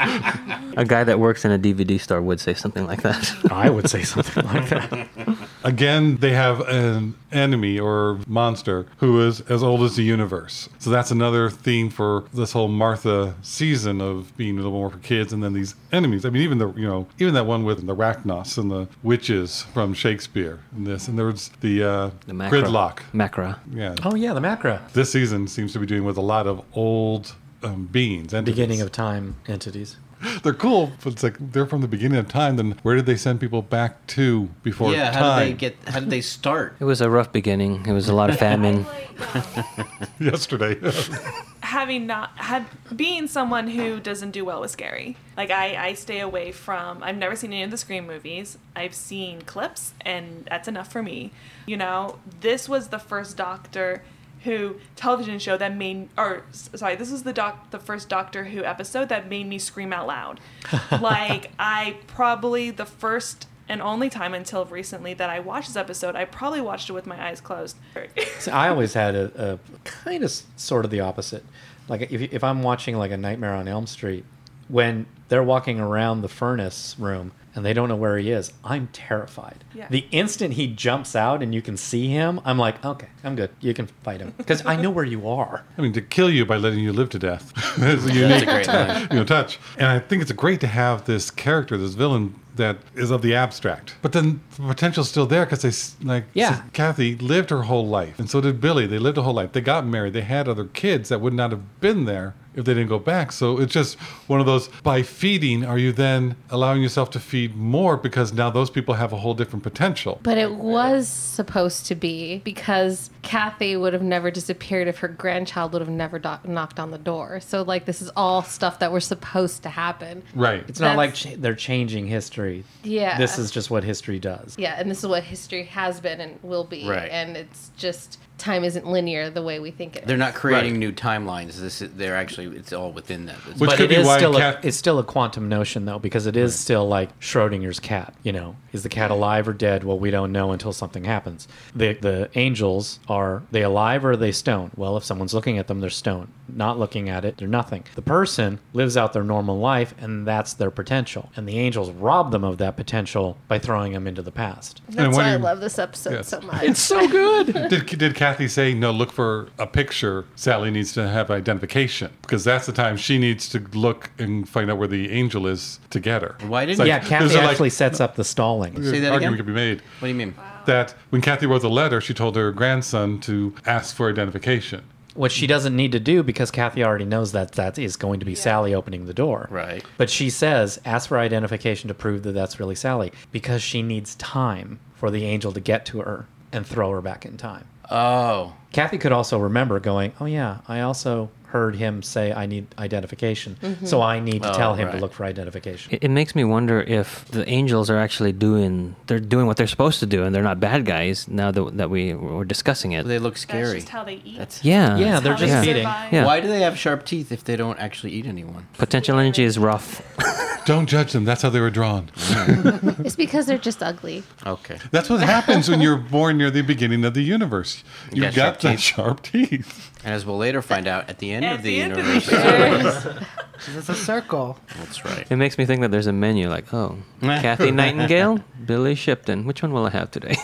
Speaker 1: A guy that works in a DVD store would say something like that.
Speaker 2: I would say something like that.
Speaker 3: Again, they have an enemy or monster who is as old as the universe. So that's another theme for this whole Martha season of being a little more for kids and then these enemies. I mean, even the, you know, even that one with the Rachnos and the witches from Shakespeare and this. And there was the, uh,
Speaker 1: The macra.
Speaker 3: gridlock.
Speaker 1: Macra.
Speaker 3: Yeah.
Speaker 2: Oh yeah, the macra.
Speaker 3: This season seems to be doing with a lot of old um, beings. and
Speaker 2: Beginning of time entities.
Speaker 3: They're cool, but it's like they're from the beginning of time. Then where did they send people back to before
Speaker 4: Yeah.
Speaker 3: time?
Speaker 4: How did they get? How did they start?
Speaker 1: It was a rough beginning. It was a lot of famine.
Speaker 6: Like, um,
Speaker 3: yesterday?
Speaker 6: having not had being someone who doesn't do well with scary like I, I stay away from i've never seen any of the scream movies i've seen clips and that's enough for me you know this was the first doctor who television show that made or s- sorry this was the doc the first doctor who episode that made me scream out loud like i probably the first and only time until recently that i watched this episode i probably watched it with my eyes closed
Speaker 2: See, I always had a, a kind of sort of the opposite. Like if, if I'm watching like a Nightmare on Elm Street, when they're walking around the furnace room and they don't know where he is, I'm terrified.
Speaker 6: Yeah.
Speaker 2: The instant he jumps out and you can see him, I'm like, okay, I'm good. You can fight him because I know where you are.
Speaker 3: I mean, to kill you by letting you live to death. That's a
Speaker 4: That's a
Speaker 3: unique
Speaker 4: great line.
Speaker 3: you know, touch. And I think it's great to have this character, this villain that is of the abstract. But then the potential's still there because they, s- like,
Speaker 2: Yeah.
Speaker 3: s- Kathy lived her whole life. And so did Billy. They lived a whole life. They got married. They had other kids that would not have been there if they didn't go back. So it's just one of those by feeding, are you then allowing yourself to feed more because now those people have a whole different potential?
Speaker 7: But it was supposed to be because Kathy would have never disappeared if her grandchild would have never do- knocked on the door. So, like, this is all stuff that was supposed to happen.
Speaker 3: Right.
Speaker 2: It's not like
Speaker 7: That's-
Speaker 2: ch- they're changing history.
Speaker 7: Yeah.
Speaker 2: This is just what history does.
Speaker 7: Yeah, and this is what history has been and will be.
Speaker 4: Right.
Speaker 7: And it's just time isn't linear the way we think it is.
Speaker 4: They're not creating
Speaker 3: Right.
Speaker 4: new timelines. This is, they're actually it's all within that. It's-
Speaker 3: Which
Speaker 2: but
Speaker 3: could
Speaker 2: it
Speaker 3: be
Speaker 2: is
Speaker 3: why
Speaker 2: still
Speaker 3: cat-
Speaker 2: a, it's still a quantum notion though because it is still like Schrodinger's cat. You know, is the cat alive or dead? Well, we don't know until something happens. The the angels are they alive or are they stone? Well, if someone's looking at them, they're stone. Not looking at it, they're nothing. The person lives out their normal life, and that's their potential. And the angels rob them of that potential by throwing them into the past.
Speaker 7: That's
Speaker 3: what
Speaker 7: why
Speaker 3: do
Speaker 7: I
Speaker 3: you-
Speaker 7: love this episode
Speaker 3: Yes.
Speaker 7: so much.
Speaker 2: It's so good.
Speaker 3: Did, did Kathy say no? Look for a picture. Sally needs to have identification because that's the time she needs to look and find out where the angel is to get her.
Speaker 4: Why
Speaker 3: It's
Speaker 4: didn't-
Speaker 2: yeah,
Speaker 4: Like,
Speaker 3: there's
Speaker 2: Kathy
Speaker 3: a, like,
Speaker 2: actually sets up the stalling.
Speaker 4: Say that
Speaker 3: argument
Speaker 4: again?
Speaker 3: could be made
Speaker 4: what do you mean?
Speaker 3: that when Kathy wrote the letter, she told her grandson to ask for identification.
Speaker 2: which she doesn't need to do because Kathy already knows that that is going to be Sally opening the door.
Speaker 4: Right.
Speaker 2: But she says, ask for identification to prove that that's really Sally because she needs time for the angel to get to her and throw her back in time.
Speaker 4: Oh,
Speaker 2: Kathy could also remember going, oh, yeah, I also heard him say, I need identification. So I need to
Speaker 4: Oh,
Speaker 2: tell him to
Speaker 4: right.
Speaker 2: look for identification.
Speaker 1: It, it makes me wonder if the angels are actually doing they're doing what they're supposed to do, and they're not bad guys. Now that, that we were discussing it,
Speaker 4: they look
Speaker 6: That's
Speaker 4: scary.
Speaker 6: just how they eat.
Speaker 4: That's-
Speaker 1: yeah,
Speaker 2: yeah,
Speaker 6: That's
Speaker 2: they're
Speaker 6: how
Speaker 2: just
Speaker 6: they
Speaker 2: feeding.
Speaker 6: survive.
Speaker 1: Yeah.
Speaker 4: Why do they have sharp teeth if they don't actually eat anyone?
Speaker 1: potential energy is rough.
Speaker 3: Don't judge them. That's how they were drawn.
Speaker 4: Mm.
Speaker 7: It's because they're just ugly.
Speaker 4: Okay.
Speaker 3: That's what happens when you're born near the beginning of the universe.
Speaker 4: You
Speaker 3: You've got
Speaker 4: got
Speaker 3: the sharp teeth.
Speaker 4: And as we'll later find out, at the end
Speaker 6: At
Speaker 4: of the,
Speaker 6: the end of the
Speaker 4: universe.
Speaker 5: It's a circle.
Speaker 4: That's right.
Speaker 1: It makes me think that there's a menu like, oh, Kathy Nightingale, Billy Shipton. Which one will I have today?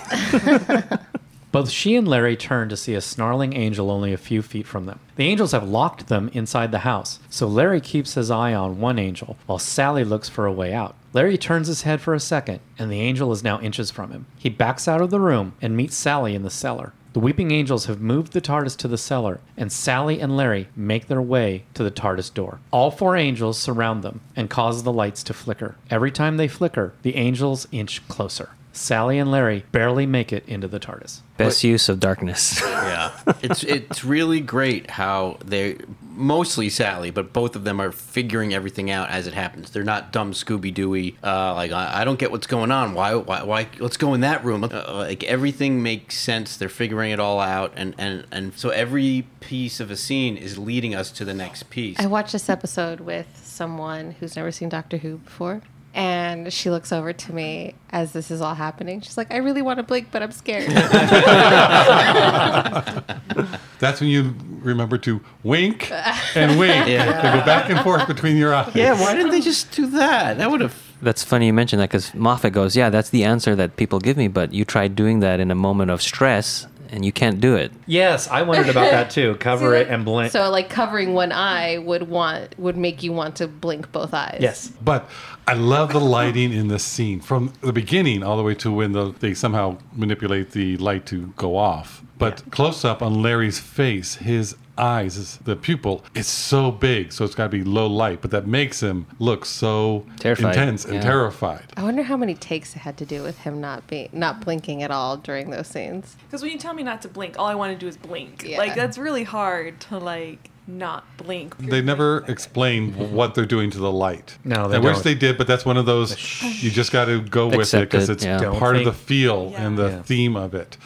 Speaker 2: Both she and Larry turn to see a snarling angel only a few feet from them. The angels have locked them inside the house, so Larry keeps his eye on one angel while Sally looks for a way out. Larry turns his head for a second, and the angel is now inches from him. He backs out of the room and meets Sally in the cellar. The weeping angels have moved the TARDIS to the cellar, and Sally and Larry make their way to the TARDIS door. All four angels surround them and cause the lights to flicker. Every time they flicker, the angels inch closer. Sally and Larry barely make it into the TARDIS.
Speaker 1: Best use of darkness.
Speaker 4: Yeah. It's it's really great how they mostly Sally, but both of them are figuring everything out as it happens. They're not dumb Scooby Dooey. Uh, like I, I don't get what's going on. Why why why? Let's go in that room. Uh, like everything makes sense. They're figuring it all out, and and and so every piece of a scene is leading us to the next piece.
Speaker 7: I watched this episode with someone who's never seen Doctor Who before. And she looks over to me as this is all happening. She's like, I really want to blink, but I'm scared.
Speaker 3: That's when you remember to wink and wink. They go back and forth between your eyes.
Speaker 4: yeah. Why didn't they just do that? That would have.
Speaker 1: That's funny you mentioned that because Moffat goes, yeah, that's the answer that people give me, but you tried doing that in a moment of stress and you can't do it.
Speaker 2: Yes, I wondered about that too. Cover it and blink.
Speaker 7: so, like, covering one eye would want would make you want to blink both eyes.
Speaker 2: yes.
Speaker 3: But I love the lighting in this scene from the beginning all the way to when the, they somehow manipulate the light to go off. But close up on Larry's face, his eyes, his, the pupil, is so big, so it's got to be low light. But that makes him look so
Speaker 1: Terrified.
Speaker 3: intense and
Speaker 1: Yeah.
Speaker 3: terrified.
Speaker 7: I wonder how many takes it had to do with him not being not blinking at all during those scenes.
Speaker 6: Because when you tell me not to blink, all I want to do is blink.
Speaker 7: Yeah.
Speaker 6: Like that's really hard to like not blink.
Speaker 3: They never explain what they're doing to the light.
Speaker 2: No, they
Speaker 3: I wish
Speaker 2: don't.
Speaker 3: they did, but that's one of those you just got to go with it
Speaker 1: Accept
Speaker 3: because
Speaker 1: it,
Speaker 3: it's
Speaker 1: yeah.
Speaker 2: Don't
Speaker 3: part of the
Speaker 2: think.
Speaker 3: feel and the
Speaker 2: Yeah.
Speaker 3: theme of it.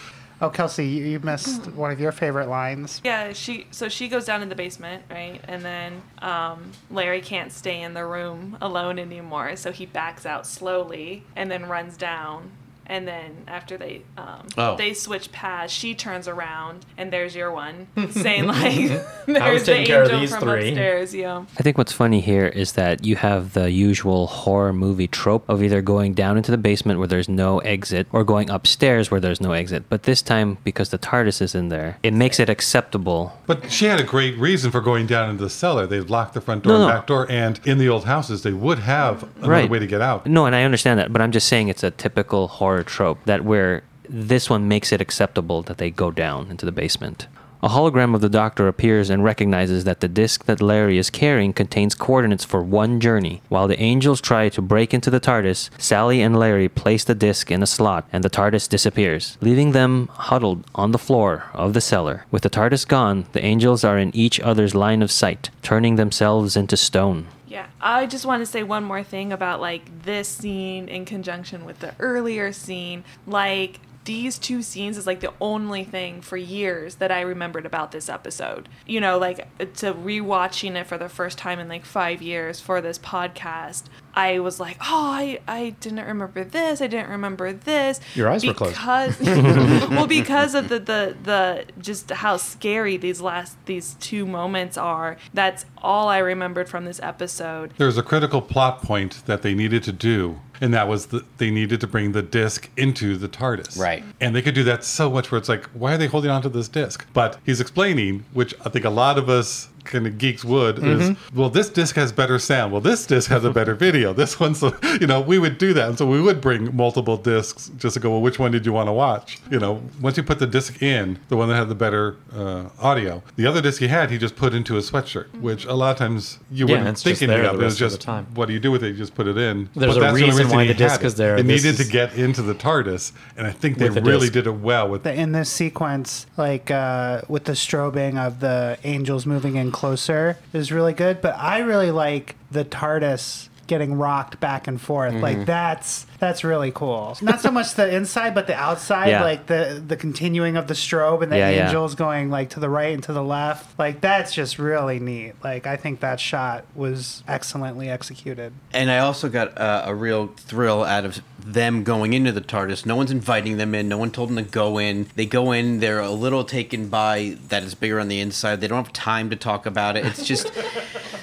Speaker 5: Oh, Kelsey, you, you missed one of your favorite lines.
Speaker 6: Yeah, she so she goes down in the basement, right? And then um, Larry can't stay in the room alone anymore, so he backs out slowly and then runs down. And then after they um,
Speaker 4: Oh.
Speaker 6: they switch paths, she turns around and there's your one saying like
Speaker 2: I was
Speaker 6: there's the
Speaker 2: taking care of
Speaker 6: angel
Speaker 2: these
Speaker 6: from
Speaker 2: three.
Speaker 6: upstairs, yeah.
Speaker 1: I think what's funny here is that you have the usual horror movie trope of either going down into the basement where there's no exit or going upstairs where there's no exit. But this time, because the TARDIS is in there, it makes it acceptable.
Speaker 3: But she had a great reason for going down into the cellar. They locked the front door
Speaker 1: No,
Speaker 3: and
Speaker 1: no.
Speaker 3: back door, and in the old houses, they would have another
Speaker 1: Right.
Speaker 3: way to get out.
Speaker 1: No, and I understand that, but I'm just saying it's a typical horror trope that where this one makes it acceptable that they go down into the basement. A hologram of the Doctor appears and recognizes that the disc that Larry is carrying contains coordinates for one journey. While the angels try to break into the TARDIS, Sally and Larry place the disc in a slot and the TARDIS disappears, leaving them huddled on the floor of the cellar. With the TARDIS gone, the angels are in each other's line of sight, turning themselves into stone.
Speaker 6: Yeah, I just want to say one more thing about like this scene in conjunction with the earlier scene. Like these two scenes is like the only thing for years that I remembered about this episode. You know, like to rewatching it for the first time in like 5 years for this podcast, I was like, "Oh, I I didn't remember this. I didn't remember this."
Speaker 2: Your eyes were closed.
Speaker 6: because well because of the, the the just how scary these last these two moments are that's all i remembered from this episode
Speaker 3: There was a critical plot point that they needed to do, and that was that they needed to bring the disc into the TARDIS.
Speaker 4: Right.
Speaker 3: And they could do that so much where it's like, why are they holding onto this disc? But he's explaining, which I think a lot of us kind of geeks would, is, well, this disc has better sound. Well, this disc has a better video. This one's, you know, we would do that. And so we would bring multiple discs just to go, well, which one did you want to watch? You know, once you put the disc in, the one that had the better uh, audio, the other disc he had, he just put into his sweatshirt, which a lot of times you
Speaker 2: Yeah,
Speaker 3: wouldn't
Speaker 2: it's
Speaker 3: think
Speaker 2: just
Speaker 3: anything
Speaker 2: there
Speaker 3: of.
Speaker 2: the
Speaker 3: It was
Speaker 2: rest of the
Speaker 3: just
Speaker 2: time.
Speaker 3: what do you do with it? You just put it in.
Speaker 2: There's a
Speaker 3: only
Speaker 2: reason why
Speaker 3: he
Speaker 2: the disc
Speaker 3: had it.
Speaker 2: is there.
Speaker 3: It
Speaker 2: This
Speaker 3: needed
Speaker 2: is-
Speaker 3: to get into the TARDIS, and I think they
Speaker 2: With the
Speaker 3: really
Speaker 2: disc.
Speaker 3: did it well with.
Speaker 5: the- in this sequence, like uh, with the strobing of the angels moving in closer, is really good. But I really like the TARDIS getting rocked back and forth.
Speaker 1: Mm-hmm.
Speaker 5: Like that's that's really cool. Not so much the inside, but the outside.
Speaker 1: Yeah.
Speaker 5: Like the the continuing of the strobe and the
Speaker 1: Yeah, yeah.
Speaker 5: angels going like to the right and to the left. Like that's just really neat. Like I think that shot was excellently executed.
Speaker 4: And I also got uh, a real thrill out of them going into the TARDIS. No one's inviting them in. No one told them to go in. They go in. They're a little taken by that it's bigger on the inside. They don't have time to talk about it. It's just.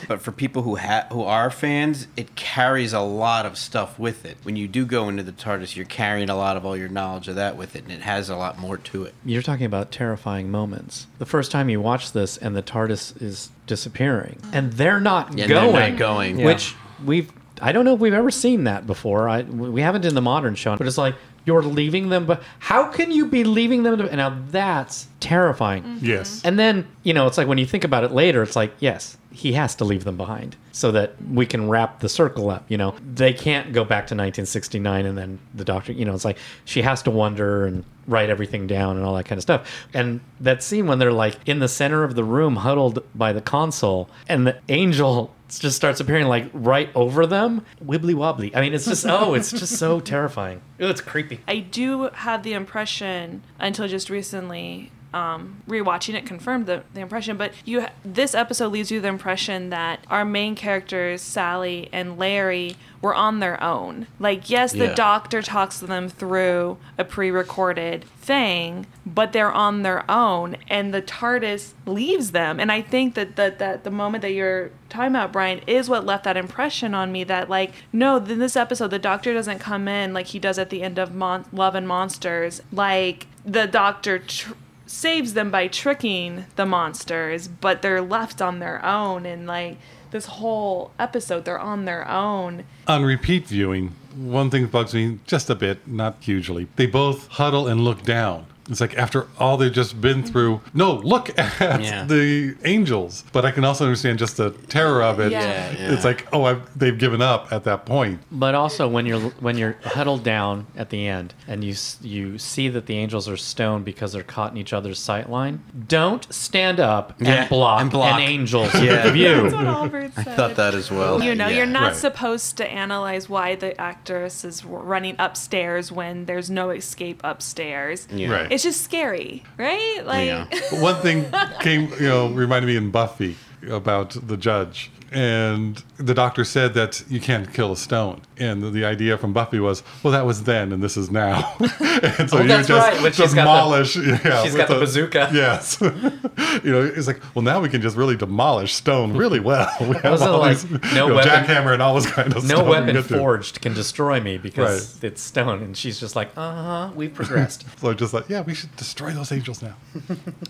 Speaker 4: but for people who ha- who are fans, it carries a lot of stuff with it. When you do go into the TARDIS, you're carrying a lot of all your knowledge of that with it, and it has a lot more to it.
Speaker 2: You're talking about terrifying moments. The first time you watch this and the TARDIS is disappearing and they're not
Speaker 4: And
Speaker 2: going.
Speaker 4: they're not going.
Speaker 2: Which we've I don't know if we've ever seen that before. I we haven't in the modern show, but it's like you're leaving them but how can you be leaving them to, now that's terrifying.
Speaker 3: Yes.
Speaker 2: And then, you know, it's like when you think about it later, it's like, yes, he has to leave them behind so that we can wrap the circle up. You know, they can't go back to 1969 and then the doctor, you know, it's like she has to wonder and write everything down and all that kind of stuff. And that scene when they're like in the center of the room, huddled by the console, and the angel just starts appearing like right over them, wibbly wobbly. I mean, it's just, oh, it's just so terrifying. Ew, It's creepy.
Speaker 6: I do have the impression until just recently, um, rewatching it confirmed the, the impression. But you, ha- this episode leaves you the impression that our main characters, Sally and Larry, were on their own. Like, yes, the
Speaker 4: Yeah.
Speaker 6: doctor talks to them through a pre-recorded thing, but they're on their own, and the TARDIS leaves them. And I think that that that the moment that you're talking about Brian is what left that impression on me that like no in this episode the doctor doesn't come in like he does at the end of Mon- Love and Monsters like the doctor tr- saves them by tricking the monsters but they're left on their own and like this whole episode they're on their own
Speaker 3: On repeat viewing, one thing bugs me just a bit, not hugely. They both huddle and look down. It's like after all they've just been through. No, look at
Speaker 4: Yeah.
Speaker 3: the angels. But I can also understand just the terror of it.
Speaker 6: Yeah. Yeah,
Speaker 4: yeah.
Speaker 3: It's like, oh, I've, they've given up at that point.
Speaker 2: But also when you're when you're huddled down at the end and you s- you see that the angels are stoned because they're caught in each other's sight line, don't stand up and,
Speaker 4: Yeah,
Speaker 2: block,
Speaker 4: and block.
Speaker 2: an angel's
Speaker 4: Yeah.
Speaker 6: that's
Speaker 2: view.
Speaker 6: what Albert said
Speaker 4: I thought that as well.
Speaker 6: You know,
Speaker 4: Yeah.
Speaker 6: you're not
Speaker 3: Right.
Speaker 6: supposed to analyze why the actress is w- running upstairs when there's no escape upstairs.
Speaker 4: Yeah.
Speaker 3: Right.
Speaker 6: It's just scary, right? Like,
Speaker 4: Yeah.
Speaker 2: Oh,
Speaker 3: one thing came, you know, reminded me in Buffy about the judge. And the doctor said that you can't kill a stone. And the, the idea from Buffy was, well, that was then and this is now. and so
Speaker 2: Oh,
Speaker 3: you
Speaker 2: that's
Speaker 3: just
Speaker 2: right, when she's got the-
Speaker 3: demolish. yeah,
Speaker 2: she's got
Speaker 3: with
Speaker 2: the bazooka.
Speaker 3: Yes. you know, it's like, well, now we can just really demolish stone really well. We have
Speaker 2: Wasn't it
Speaker 3: all
Speaker 2: like,
Speaker 3: these,
Speaker 2: no
Speaker 3: you know,
Speaker 2: weapon-
Speaker 3: jackhammer and all this kind of
Speaker 2: No
Speaker 3: stuff. we
Speaker 2: weapon
Speaker 3: get to.
Speaker 2: forged can destroy me because it's stone. And she's just like, uh huh, we've progressed.
Speaker 3: So just like, yeah, we should destroy those angels now.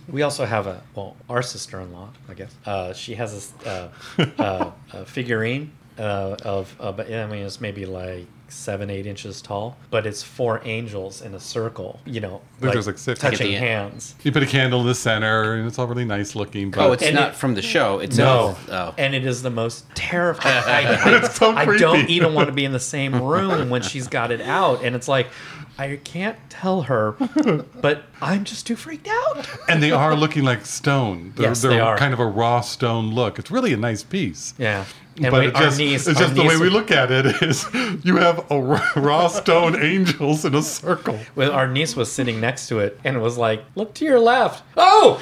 Speaker 2: we also have a, well, our sister in law, I guess. Uh, she has a, s- uh, uh, a figurine uh, of, uh, but I mean, it's maybe like seven, eight inches tall, but it's four angels in a circle, you know,
Speaker 3: think there's like six.
Speaker 2: touching
Speaker 4: Yeah.
Speaker 2: hands.
Speaker 3: You put a candle in the center, and it's all really nice looking. But
Speaker 4: Oh, it's
Speaker 2: And
Speaker 4: not
Speaker 2: it-
Speaker 4: from the show. It's
Speaker 2: No.
Speaker 4: Oh.
Speaker 2: And it is the most terrifying. I, I,
Speaker 3: so
Speaker 2: I don't
Speaker 3: creepy.
Speaker 2: even want to be in the same room when she's got it out. And it's like, I can't tell her, but I'm just too freaked out.
Speaker 3: and they are looking like stone. They're,
Speaker 2: Yes,
Speaker 3: they're
Speaker 2: they are.
Speaker 3: kind of a raw stone look. It's really a nice piece.
Speaker 2: Yeah. And
Speaker 3: but
Speaker 2: we,
Speaker 3: it
Speaker 2: our
Speaker 3: just,
Speaker 2: niece,
Speaker 3: it's
Speaker 2: our
Speaker 3: just the way
Speaker 2: niece-
Speaker 3: we look at it is you have a ra- raw stone angels in a circle.
Speaker 2: Well, our niece was sitting next to it and was like, "Look to your left." Oh!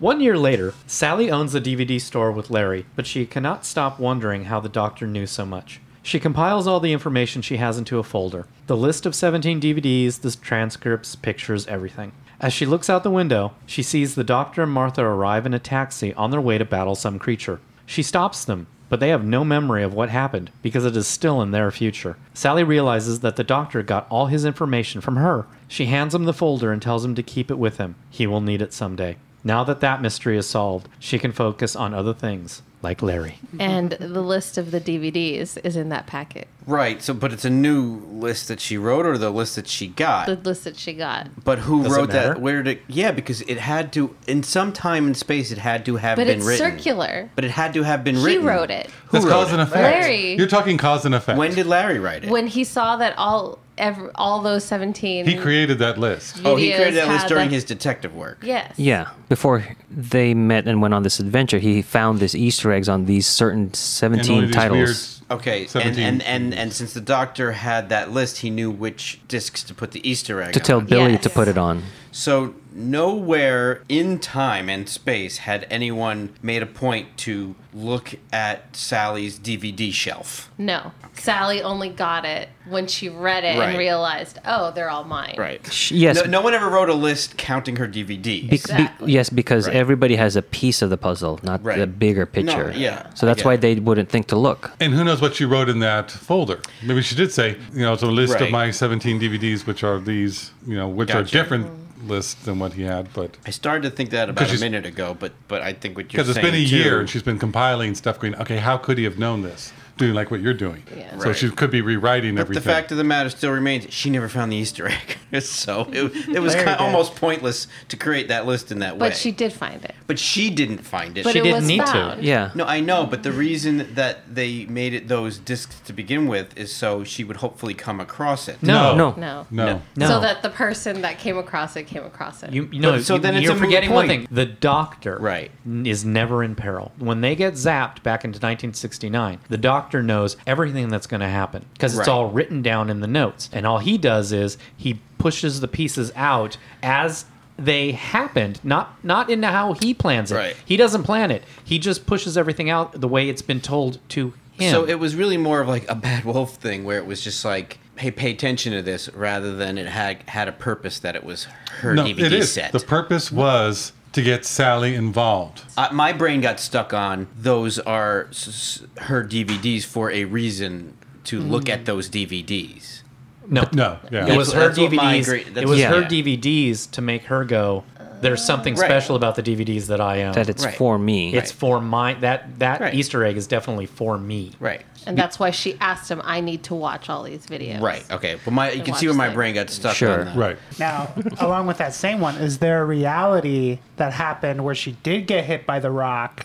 Speaker 2: One year later, Sally owns a DVD store with Larry, but she cannot stop wondering how the doctor knew so much. She compiles all the information she has into a folder the list of 17 DVDs, the transcripts, pictures, everything. As she looks out the window, she sees the doctor and Martha arrive in a taxi on their way to battle some creature. She stops them, but they have no memory of what happened because it is still in their future. Sally realizes that the doctor got all his information from her. She hands him the folder and tells him to keep it with him. He will need it someday. Now that that mystery is solved, she can focus on other things, like Larry.
Speaker 7: And the list of the DVDs is in that packet.
Speaker 4: Right. So, but it's a new list that she wrote, or the list that she got.
Speaker 7: The list that she got.
Speaker 4: but who
Speaker 2: Does it
Speaker 4: wrote
Speaker 2: matter?
Speaker 4: that? Where did? It, yeah, because it had to in some time and space. It had to have
Speaker 7: But
Speaker 4: been
Speaker 7: it's
Speaker 4: written.
Speaker 7: circular.
Speaker 4: But it had to have been
Speaker 7: He
Speaker 4: written.
Speaker 7: wrote it.
Speaker 4: Who
Speaker 3: That's
Speaker 4: wrote
Speaker 3: cause
Speaker 4: it?
Speaker 3: and effect.
Speaker 7: Larry.
Speaker 3: You're talking cause and effect.
Speaker 4: When did Larry write it?
Speaker 7: When he saw that all ev all those 17
Speaker 3: he created that list?
Speaker 4: oh, he created
Speaker 7: videos
Speaker 4: that list
Speaker 7: had
Speaker 4: during
Speaker 7: the-
Speaker 4: his detective work.
Speaker 7: Yes.
Speaker 1: Yeah, before they met and went on this adventure, he found these Easter eggs on these certain
Speaker 3: And only
Speaker 1: 17
Speaker 3: these
Speaker 1: titles.
Speaker 3: weird
Speaker 4: Okay, and,
Speaker 3: 17.
Speaker 4: and, and and since the doctor had that list, he knew which discs to put the Easter egg
Speaker 1: To
Speaker 4: on.
Speaker 1: tell Billy
Speaker 7: Yes.
Speaker 1: to put it on.
Speaker 4: So nowhere in time and space had anyone made a point to look at Sally's DVD shelf.
Speaker 7: No. Sally only got it when she read it
Speaker 4: Right.
Speaker 7: and realized, "Oh, they're all mine."
Speaker 1: Sh- Yes,
Speaker 4: No, no one ever wrote a list counting her DVDs.
Speaker 1: Be- be-
Speaker 7: Exactly.
Speaker 1: yes, because
Speaker 4: Right.
Speaker 1: everybody has a piece of the puzzle, not
Speaker 4: Right.
Speaker 1: the bigger picture.
Speaker 4: yeah,
Speaker 1: So
Speaker 4: I
Speaker 1: that's
Speaker 4: get
Speaker 1: why
Speaker 4: it.
Speaker 1: they wouldn't think to look.
Speaker 3: And who knows what she wrote in that folder? Maybe she did say, you know, it's a list of
Speaker 4: Right.
Speaker 3: my 17 DVDs, which are these, you know, which
Speaker 4: Gotcha.
Speaker 3: are different lists than what he had. But
Speaker 4: I started to think that about a
Speaker 3: she's-
Speaker 4: minute ago, but but I think what you're
Speaker 3: because
Speaker 4: saying
Speaker 3: it's been a
Speaker 4: too-
Speaker 3: year and she's been compiling stuff, going, okay, how could he have known this? Doing like what you're doing.
Speaker 7: Yeah.
Speaker 3: So
Speaker 4: Right.
Speaker 3: she could be rewriting
Speaker 4: But
Speaker 3: everything.
Speaker 4: the fact of the matter still remains, she never found the Easter egg. so it, it was
Speaker 5: Very
Speaker 4: kind
Speaker 5: good.
Speaker 4: almost pointless to create that list in that way.
Speaker 7: But she did find it.
Speaker 4: but she didn't find it.
Speaker 7: But
Speaker 2: She
Speaker 7: it
Speaker 2: didn't
Speaker 7: was
Speaker 2: need to.
Speaker 7: found.
Speaker 1: Yeah.
Speaker 4: No, I know, but the reason that they made it those discs to begin with is so she would hopefully come across it.
Speaker 2: No.
Speaker 1: No.
Speaker 7: No.
Speaker 3: no.
Speaker 2: No.
Speaker 7: So that the person that came across it came across it.
Speaker 2: You, you know,
Speaker 4: But- so
Speaker 2: you,
Speaker 4: then it's
Speaker 2: you're
Speaker 4: a moot
Speaker 2: forgetting one thing.
Speaker 4: point.
Speaker 2: The doctor
Speaker 4: Right.
Speaker 2: n- is never in peril. When they get zapped back into 1969, the doctor knows everything that's going to happen because it's
Speaker 4: Right.
Speaker 2: all written down in the notes. And all he does is he pushes the pieces out as they happened, not not into how he plans it.
Speaker 4: Right.
Speaker 2: He doesn't plan it. He just pushes everything out the way it's been told to him.
Speaker 4: So it was really more of like a bad wolf thing where it was just like, hey, pay attention to this rather than it had had a purpose that it was her
Speaker 3: No,
Speaker 4: DVD
Speaker 3: it is.
Speaker 4: set.
Speaker 3: The purpose was to get Sally involved.
Speaker 4: uh, my brain got stuck on those are s- s- her DVDs for a reason to look at those DVDs.
Speaker 2: no,
Speaker 3: No, yeah.
Speaker 2: It
Speaker 3: That's-
Speaker 2: was her
Speaker 4: that's what my
Speaker 2: DVDs.
Speaker 4: agree-
Speaker 2: it
Speaker 4: that's-
Speaker 2: was
Speaker 1: Yeah.
Speaker 2: her
Speaker 1: yeah.
Speaker 2: DVDs to make her go. There's something
Speaker 4: Right.
Speaker 2: special about the DVDs that I own.
Speaker 1: That it's
Speaker 4: Right.
Speaker 1: for me.
Speaker 2: It's for my that that
Speaker 4: Right.
Speaker 2: Easter egg is definitely for me.
Speaker 4: Right.
Speaker 7: and that's why she asked him, "I need to watch all these videos."
Speaker 4: Right. Okay. But my you can see
Speaker 7: watch
Speaker 4: where my
Speaker 7: them.
Speaker 4: brain got stuck
Speaker 1: Sure.
Speaker 4: on that.
Speaker 3: Right.
Speaker 5: Now, along with that same one, is there a reality that happened where she did get hit by the rock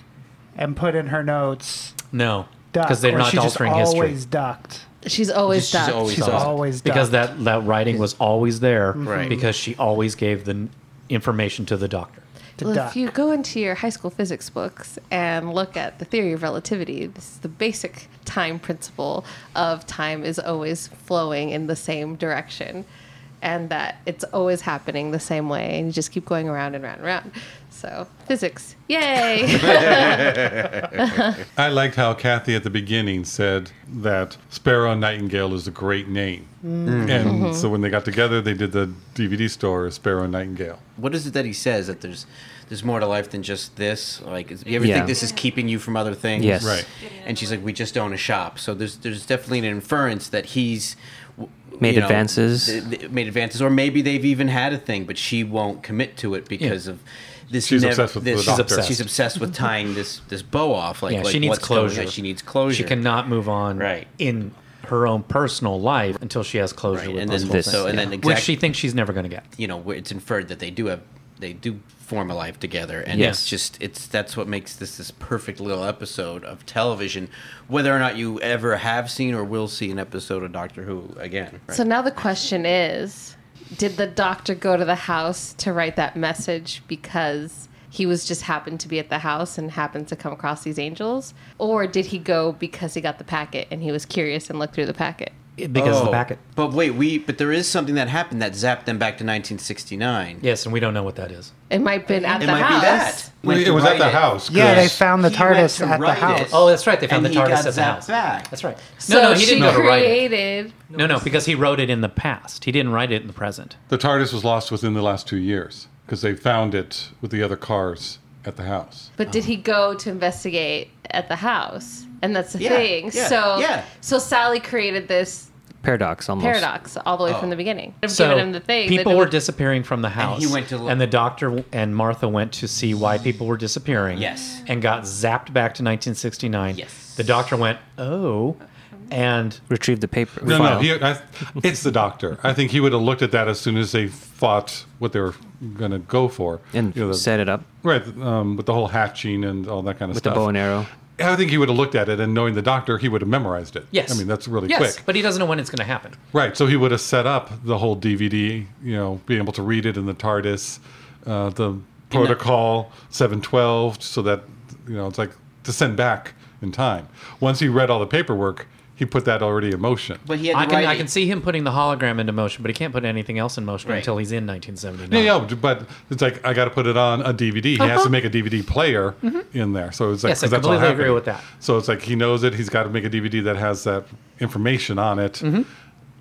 Speaker 5: and put in her notes
Speaker 2: No,
Speaker 5: duck?
Speaker 2: because they're
Speaker 5: or
Speaker 2: not
Speaker 5: she
Speaker 2: altering
Speaker 5: just
Speaker 2: history.
Speaker 5: always ducked.
Speaker 7: She's always
Speaker 4: She's
Speaker 7: done.
Speaker 4: always
Speaker 5: She's
Speaker 4: Because-
Speaker 5: always ducked. Mm-hmm.
Speaker 2: because that that writing was always there
Speaker 4: Right.
Speaker 2: because she always gave the n- information to the doctor.
Speaker 5: to
Speaker 7: Well,
Speaker 5: duck.
Speaker 7: if you go into your high school physics books and look at the theory of relativity, this is the basic time principle of time is always flowing in the same direction and that it's always happening the same way and you just keep going around and round and round. So, physics. Yay.
Speaker 3: I liked how Kathy at the beginning said that Sparrow and Nightingale is a great name.
Speaker 4: Mm.
Speaker 3: And
Speaker 4: Mm-hmm.
Speaker 3: so when they got together, they did the DVD store as Sparrow and Nightingale.
Speaker 4: What is it that he says that there's there's more to life than just this? Like, is, you ever
Speaker 1: Yeah.
Speaker 4: think this is keeping you from other things?
Speaker 1: Yes.
Speaker 3: Right.
Speaker 4: And she's like, we just own a shop. So there's there's definitely an inference that he's w-
Speaker 1: Made
Speaker 4: you know,
Speaker 1: advances.
Speaker 4: th- th- made advances, or maybe they've even had a thing, but she won't commit to it because of this.
Speaker 3: She's
Speaker 4: nev-
Speaker 3: obsessed with
Speaker 4: this,
Speaker 3: the
Speaker 4: she's
Speaker 3: doctor.
Speaker 4: obsessed. She's obsessed with tying this this bow off. Like,
Speaker 2: Yeah,
Speaker 4: like
Speaker 2: she needs
Speaker 4: what's going on.
Speaker 2: closure.
Speaker 4: She needs closure.
Speaker 2: She cannot move on
Speaker 4: Right.
Speaker 2: in her own personal life until she has closure
Speaker 4: Right,
Speaker 2: with
Speaker 4: and
Speaker 2: this
Speaker 4: then
Speaker 2: whole
Speaker 4: this-
Speaker 2: thing.
Speaker 4: so- and then
Speaker 2: which
Speaker 4: exact-
Speaker 2: she thinks she's never going to get.
Speaker 4: you know where it's inferred that they do have they do form a life together and
Speaker 2: Yes.
Speaker 4: it's just it's that's what makes this this perfect little episode of television whether or not you ever have seen or will see an episode of doctor who again right?
Speaker 7: So now the question is Did the doctor go to the house to write that message because he was just happened to be at the house and happened to come across these angels? Or did he go because he got the packet and he was curious and looked through the packet?
Speaker 2: Because of the
Speaker 4: Oh,
Speaker 2: packet.
Speaker 4: but wait we but there is something that happened that zapped them back to 1969
Speaker 2: Yes, and we don't know what that is.
Speaker 7: It might have been at
Speaker 4: it
Speaker 7: the
Speaker 4: might
Speaker 7: house.
Speaker 4: be that Went
Speaker 3: It
Speaker 4: to
Speaker 3: was at
Speaker 4: write
Speaker 3: the house.
Speaker 5: Yeah, they
Speaker 3: 'cause-
Speaker 5: found the
Speaker 4: He went
Speaker 5: TARDIS
Speaker 4: to
Speaker 5: at the
Speaker 4: write it.
Speaker 5: house.
Speaker 2: Oh, that's right. They found
Speaker 4: And
Speaker 2: the
Speaker 4: he
Speaker 2: TARDIS
Speaker 4: got
Speaker 2: at the
Speaker 4: zapped
Speaker 2: house.
Speaker 4: back.
Speaker 2: That's right.
Speaker 7: So
Speaker 2: no, no, he
Speaker 7: she
Speaker 2: didn't know how to write it.
Speaker 7: created.
Speaker 2: No, no, because he wrote it in the past. He didn't write it in the present.
Speaker 3: the TARDIS was lost within the last two years because they found it with the other cars at the house.
Speaker 7: But did he go to investigate at the house? And that's the
Speaker 4: Yeah,
Speaker 7: thing.
Speaker 4: yeah,
Speaker 7: so,
Speaker 4: yeah.
Speaker 7: so Sally created this
Speaker 1: Paradox, almost.
Speaker 7: paradox all the way from the beginning. I've
Speaker 2: Oh. So
Speaker 7: given him the thing. they
Speaker 2: people
Speaker 7: didn't-
Speaker 2: were disappearing from the house,
Speaker 4: he went to look.
Speaker 2: and the doctor w- and Martha went to see why people were disappearing.
Speaker 4: Yes.
Speaker 2: and got zapped back to 1969.
Speaker 4: Yes.
Speaker 2: the doctor went oh, and
Speaker 1: Retrieve the paper.
Speaker 3: No,
Speaker 1: file.
Speaker 3: no, he, I, it's the doctor. I think he would have looked at that as soon as they thought what they were going to go for.
Speaker 1: and
Speaker 3: You know, the-
Speaker 1: set it up
Speaker 3: Right, um, with the whole hatching and all that kind of
Speaker 1: with the
Speaker 3: stuff.
Speaker 1: bow and arrow.
Speaker 3: I think he would have looked at it and knowing the doctor, he would have memorized it.
Speaker 2: yes,
Speaker 3: I mean, that's really
Speaker 2: yes,
Speaker 3: quick.
Speaker 2: But he doesn't know when it's going to happen.
Speaker 3: Right. So he would have set up the whole DVD, you know, being able to read it in the TARDIS, uh, the protocol 712, so that, you know, it's like to send back in time. Once he read all the paperwork, he put that already in motion.
Speaker 4: but he had to
Speaker 2: I can
Speaker 4: write
Speaker 2: I
Speaker 4: it.
Speaker 2: can see him putting the hologram into motion, but he can't put anything else in motion
Speaker 4: Right.
Speaker 2: until he's in 1979.
Speaker 3: Yeah, yeah, but it's like I got to put it on a DVD. He has to make a DVD player in there, so it's like
Speaker 2: Yes, I
Speaker 3: 'cause all
Speaker 2: completely agree
Speaker 3: happening.
Speaker 2: with that.
Speaker 3: So it's like he knows it. He's got to make a DVD that has that information on it,
Speaker 2: Mm-hmm.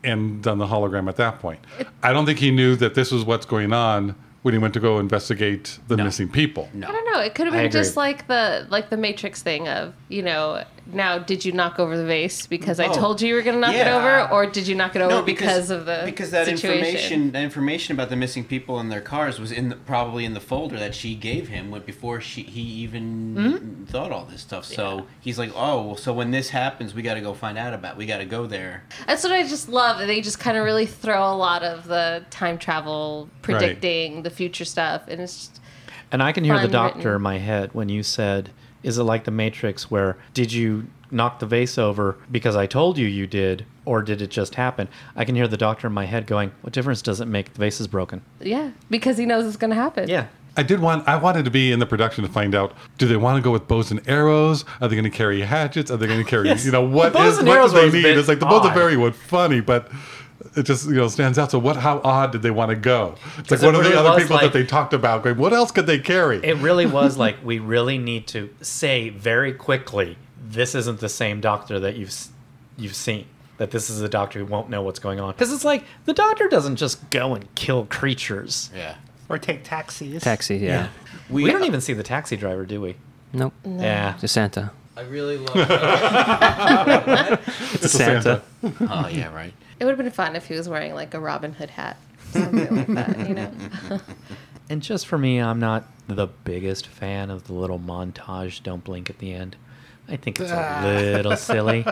Speaker 3: and done the hologram at that point. I don't think he knew that this was what's going on when he went to go investigate the missing people.
Speaker 7: I don't know. It could have
Speaker 2: I
Speaker 7: been
Speaker 2: agree.
Speaker 7: just like the like the Matrix thing of you know now did you knock over the vase because I
Speaker 4: Oh,
Speaker 7: told you you were going to knock it
Speaker 4: yeah.
Speaker 7: over or did you knock it over because, of the
Speaker 4: because that
Speaker 7: situation?
Speaker 4: information that information about the missing people and their cars was in the, probably in the folder that she gave him when, before she he even thought all this stuff. So he's like, oh, well, so when this happens, we got to go find out about. We got to go there.
Speaker 7: That's what I just love. that They just kind of really throw a lot of the time travel predicting the future stuff, and it's just,
Speaker 2: And I can hear the
Speaker 7: Fun
Speaker 2: doctor
Speaker 7: written.
Speaker 2: in my head when you said, "Is it like the Matrix where did you knock the vase over because I told you you did, or did it just happen?" I can hear the doctor in my head going, "What difference does it make? The vase is broken."
Speaker 7: yeah because he knows it's going to happen.
Speaker 2: Yeah.
Speaker 3: I did want. I wanted to be in the production to find out: Do they want to go with bows and arrows? Are they going to carry hatchets? Are they going to carry? You know what
Speaker 2: The bows
Speaker 3: is
Speaker 2: and
Speaker 3: what
Speaker 2: arrows
Speaker 3: do
Speaker 2: was a
Speaker 3: they need?
Speaker 2: bit
Speaker 3: It's like the bows
Speaker 2: odd.
Speaker 3: are very what funny, but it just you know stands out. So what? How odd did they want to go? It's like
Speaker 2: it
Speaker 3: what are
Speaker 2: really
Speaker 3: the other
Speaker 2: was
Speaker 3: people
Speaker 2: like-
Speaker 3: that they talked about? Going, what else could they carry?
Speaker 2: It really was like we really need to say very quickly, "This isn't the same doctor that you've s- you've seen." That this is a doctor who won't know what's going on because it's like the doctor doesn't just go and kill creatures.
Speaker 4: Yeah.
Speaker 5: Or take taxis.
Speaker 1: Taxi, yeah.
Speaker 2: We, don't even see the taxi driver, do we?
Speaker 1: Nope.
Speaker 2: Yeah.
Speaker 1: It's Santa.
Speaker 4: I really love.
Speaker 1: It's
Speaker 3: Santa.
Speaker 4: oh yeah, right.
Speaker 7: It would have been fun if he was wearing like a Robin Hood hat, something like that. You know,
Speaker 2: And just for me, I'm not the biggest fan of the little montage "Don't Blink" at the end. I think it's a
Speaker 4: Ah.
Speaker 2: little silly,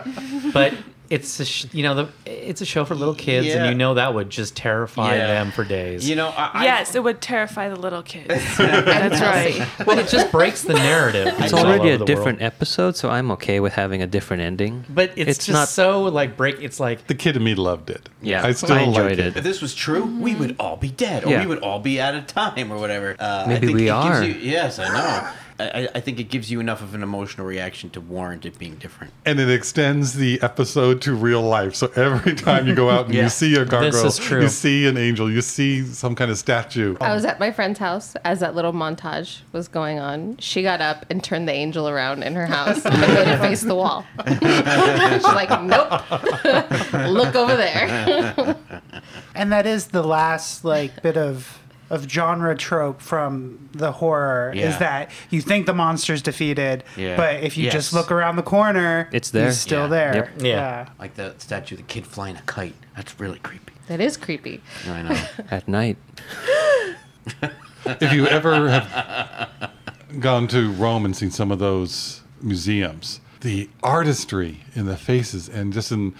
Speaker 2: but it's a sh- you know the, it's a show for little kids, and
Speaker 4: Yeah.
Speaker 2: you know that would just terrify
Speaker 4: Yeah.
Speaker 2: them for days.
Speaker 4: You know, I,
Speaker 6: yes, it would terrify the little kids.
Speaker 7: that's
Speaker 6: right.
Speaker 2: but it just breaks the narrative.
Speaker 1: It's
Speaker 2: all
Speaker 1: already
Speaker 2: over
Speaker 1: a
Speaker 2: the
Speaker 1: different
Speaker 2: world.
Speaker 1: episode, so I'm okay with having a different ending.
Speaker 2: But it's, just
Speaker 1: not.
Speaker 2: so like break. It's like
Speaker 3: the kid in me loved it.
Speaker 1: yeah,
Speaker 3: I still
Speaker 1: enjoyed
Speaker 3: like it.
Speaker 1: it.
Speaker 4: If this was true, we would all be dead, or
Speaker 1: Yeah.
Speaker 4: we would all be out of time, or whatever. Uh,
Speaker 1: Maybe
Speaker 4: I think
Speaker 1: we
Speaker 4: it
Speaker 1: are.
Speaker 4: Gives you, yes, I know. I, I- I think it gives you enough of an emotional reaction to warrant it being different.
Speaker 3: and it extends the episode to real life. So every time you go out and
Speaker 4: Yeah.
Speaker 3: you see a gargoyle,
Speaker 2: is true.
Speaker 3: you see an angel, you see some kind of statue.
Speaker 7: I was at my friend's house as that little montage was going on. She got up and turned the angel around in her house and made it face the wall. She's like, nope, look over there.
Speaker 5: And that is the last like bit of of genre trope from the horror
Speaker 4: Yeah.
Speaker 5: is that you think the monster's defeated,
Speaker 4: Yeah.
Speaker 5: but if you
Speaker 4: Yes.
Speaker 5: just look around the corner,
Speaker 1: It's there.
Speaker 5: He's still
Speaker 4: Yeah.
Speaker 5: there.
Speaker 1: Yep.
Speaker 2: Yeah.
Speaker 4: Like the statue of the kid flying a kite. That's really creepy.
Speaker 7: That is creepy.
Speaker 4: I know.
Speaker 1: At night.
Speaker 3: if you ever have gone to Rome and seen some of those museums, the artistry in the faces and just in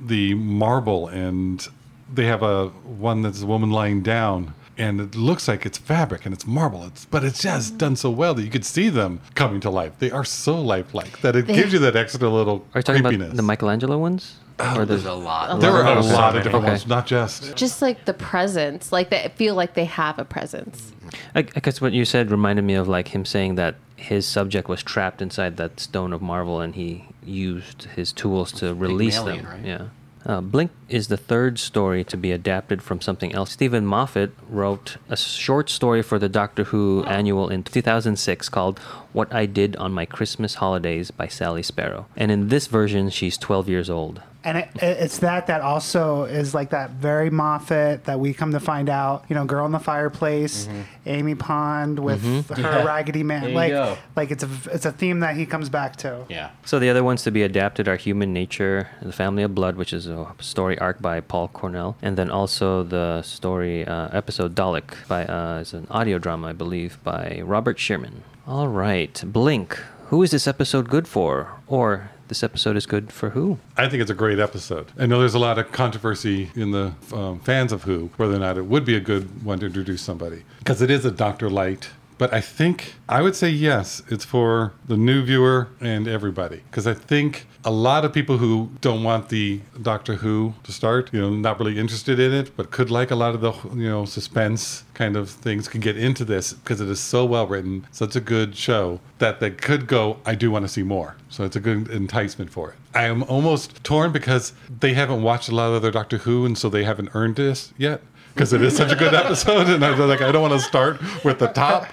Speaker 3: the marble, and they have a one that's a woman lying down, and it looks like it's fabric and it's marble. It's but it's just done so well that you could see them coming to life. They are so lifelike that it gives you that extra little
Speaker 1: Are you talking
Speaker 3: creepiness.
Speaker 1: about the Michelangelo ones?
Speaker 2: Oh,
Speaker 1: or
Speaker 4: There's a lot.
Speaker 3: there were a
Speaker 1: There's so
Speaker 3: lot of
Speaker 1: many.
Speaker 3: different
Speaker 1: Okay.
Speaker 3: ones, not just
Speaker 7: Just like the presence, like they feel like they have a presence.
Speaker 1: I, I guess what you said reminded me of like him saying that his subject was trapped inside that stone of marvel, and he used his tools to release
Speaker 4: Alien,
Speaker 1: them.
Speaker 4: right?
Speaker 1: Yeah. Uh, Blink is the third story to be adapted from something else. Stephen Moffat wrote a short story for the Doctor Who annual in 2006 called What I Did on My Christmas Holidays by Sally Sparrow. And in this version, she's 12 years old.
Speaker 5: And it, it- it's that that also is like that very Moffat that we come to find out, you know, Girl in the Fireplace, Amy Pond with her
Speaker 4: Mm-hmm. Yeah.
Speaker 5: Raggedy Man.
Speaker 4: There you
Speaker 5: like,
Speaker 4: go.
Speaker 5: like it's a it's a theme that he comes back to.
Speaker 4: Yeah.
Speaker 1: So the other ones to be adapted are Human Nature, The Family of Blood, which is a story arc by Paul Cornell, and then also the story uh, episode Dalek by uh, is an audio drama, I believe, by Robert Sherman. All right, Blink. Who is this episode good for? Or this episode is good for who?
Speaker 3: I think it's a great episode. I know there's a lot of controversy in the um, fans of Who whether or not it would be a good one to introduce somebody because it is a Doctor Light. But I think I would say yes, it's for the new viewer and everybody because I think a lot of people who don't want the Doctor Who to start, you know, not really interested in it, but could like a lot of the you know suspense kind of things can get into this because it is so well written, such a good show that they could go, I do want to see more. So it's a good enticement for it. I am almost torn because they haven't watched a lot of other Doctor Who, and so they haven't earned this yet. Because it is such a good episode, and I'm like, I don't want to start with the top,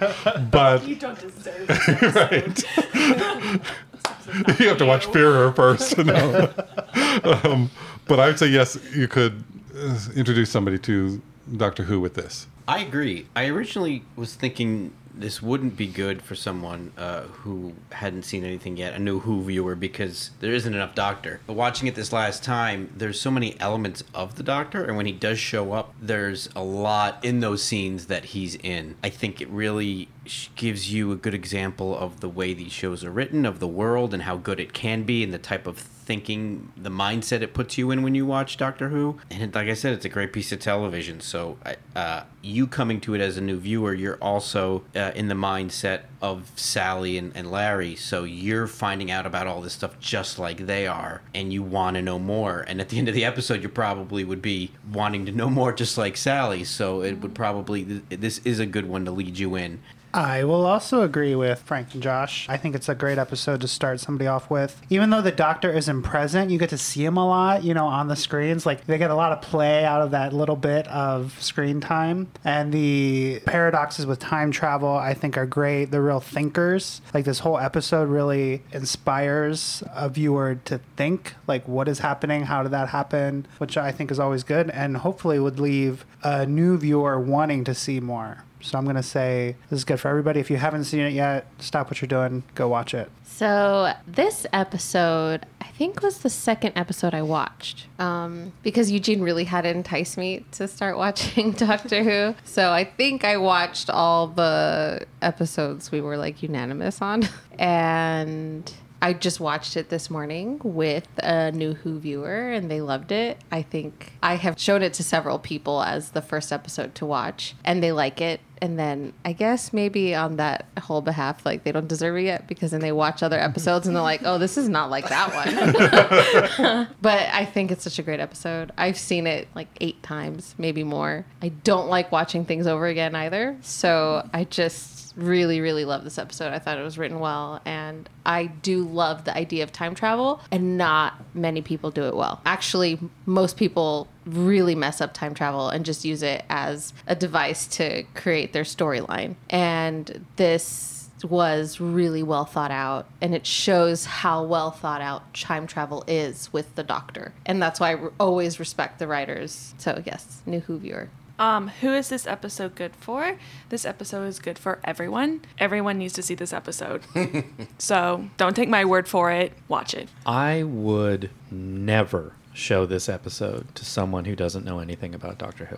Speaker 3: but
Speaker 6: You don't deserve it.
Speaker 3: right. you have to watch Fearer first. You know? um, but I would say yes, you could uh, introduce somebody to Doctor Who with this.
Speaker 4: I agree. I originally was thinking this wouldn't be good for someone uh, who hadn't seen anything yet, a new Who viewer, because there isn't enough Doctor. But watching it this last time, there's so many elements of the Doctor, and when he does show up, there's a lot in those scenes that he's in. I think it really sh- gives you a good example of the way these shows are written, of the world, and how good it can be, and the type of thinking the mindset it puts you in when you watch Doctor Who. And it- like I said, it's a great piece of television. So I, uh, you coming to it as a new viewer, you're also uh, in the mindset of Sally and, and Larry. So you're finding out about all this stuff just like they are, and you want to know more. And at the end of the episode, you probably would be wanting to know more just like Sally. So it would probably, th- this is a good one to lead you in.
Speaker 5: I will also agree with Frank and Josh. I think it's a great episode to start somebody off with. Even though the Doctor isn't present, you get to see him a lot, you know, on the screens. Like, they get a lot of play out of that little bit of screen time. And the paradoxes with time travel, I think, are great. They're real thinkers. Like, this whole episode really inspires a viewer to think, like, what is happening? How did that happen? Which I think is always good and hopefully would leave a new viewer wanting to see more. So I'm going to say this is good for everybody. If you haven't seen it yet, stop what you're doing, go watch it.
Speaker 7: So this episode, I think, was the second episode I watched um, because Eugene really had enticed me to start watching Doctor Who. So I think I watched all the episodes we were like unanimous on, and I just watched it this morning with a new Who viewer, and they loved it. I think I have shown it to several people as the first episode to watch, and they like it. And then I guess maybe on that whole behalf, like they don't deserve it yet because then they watch other episodes and they're like, oh, this is not like that one. but I think it's such a great episode. I've seen it like eight times, maybe more. I don't like watching things over again either. So I just really, really love this episode. I thought it was written well. And I do love the idea of time travel, and not many people do it well. Actually, most people really mess up time travel and just use it as a device to create their storyline. And this was really well thought out and it shows how well thought out time travel is with the doctor and that's why i re- always respect the writers so yes new who viewer
Speaker 6: Um, who is this episode good for? This episode is good for everyone. Everyone needs to see this episode. so don't take my word for it. Watch it.
Speaker 2: I would never show this episode to someone who doesn't know anything about Doctor Who.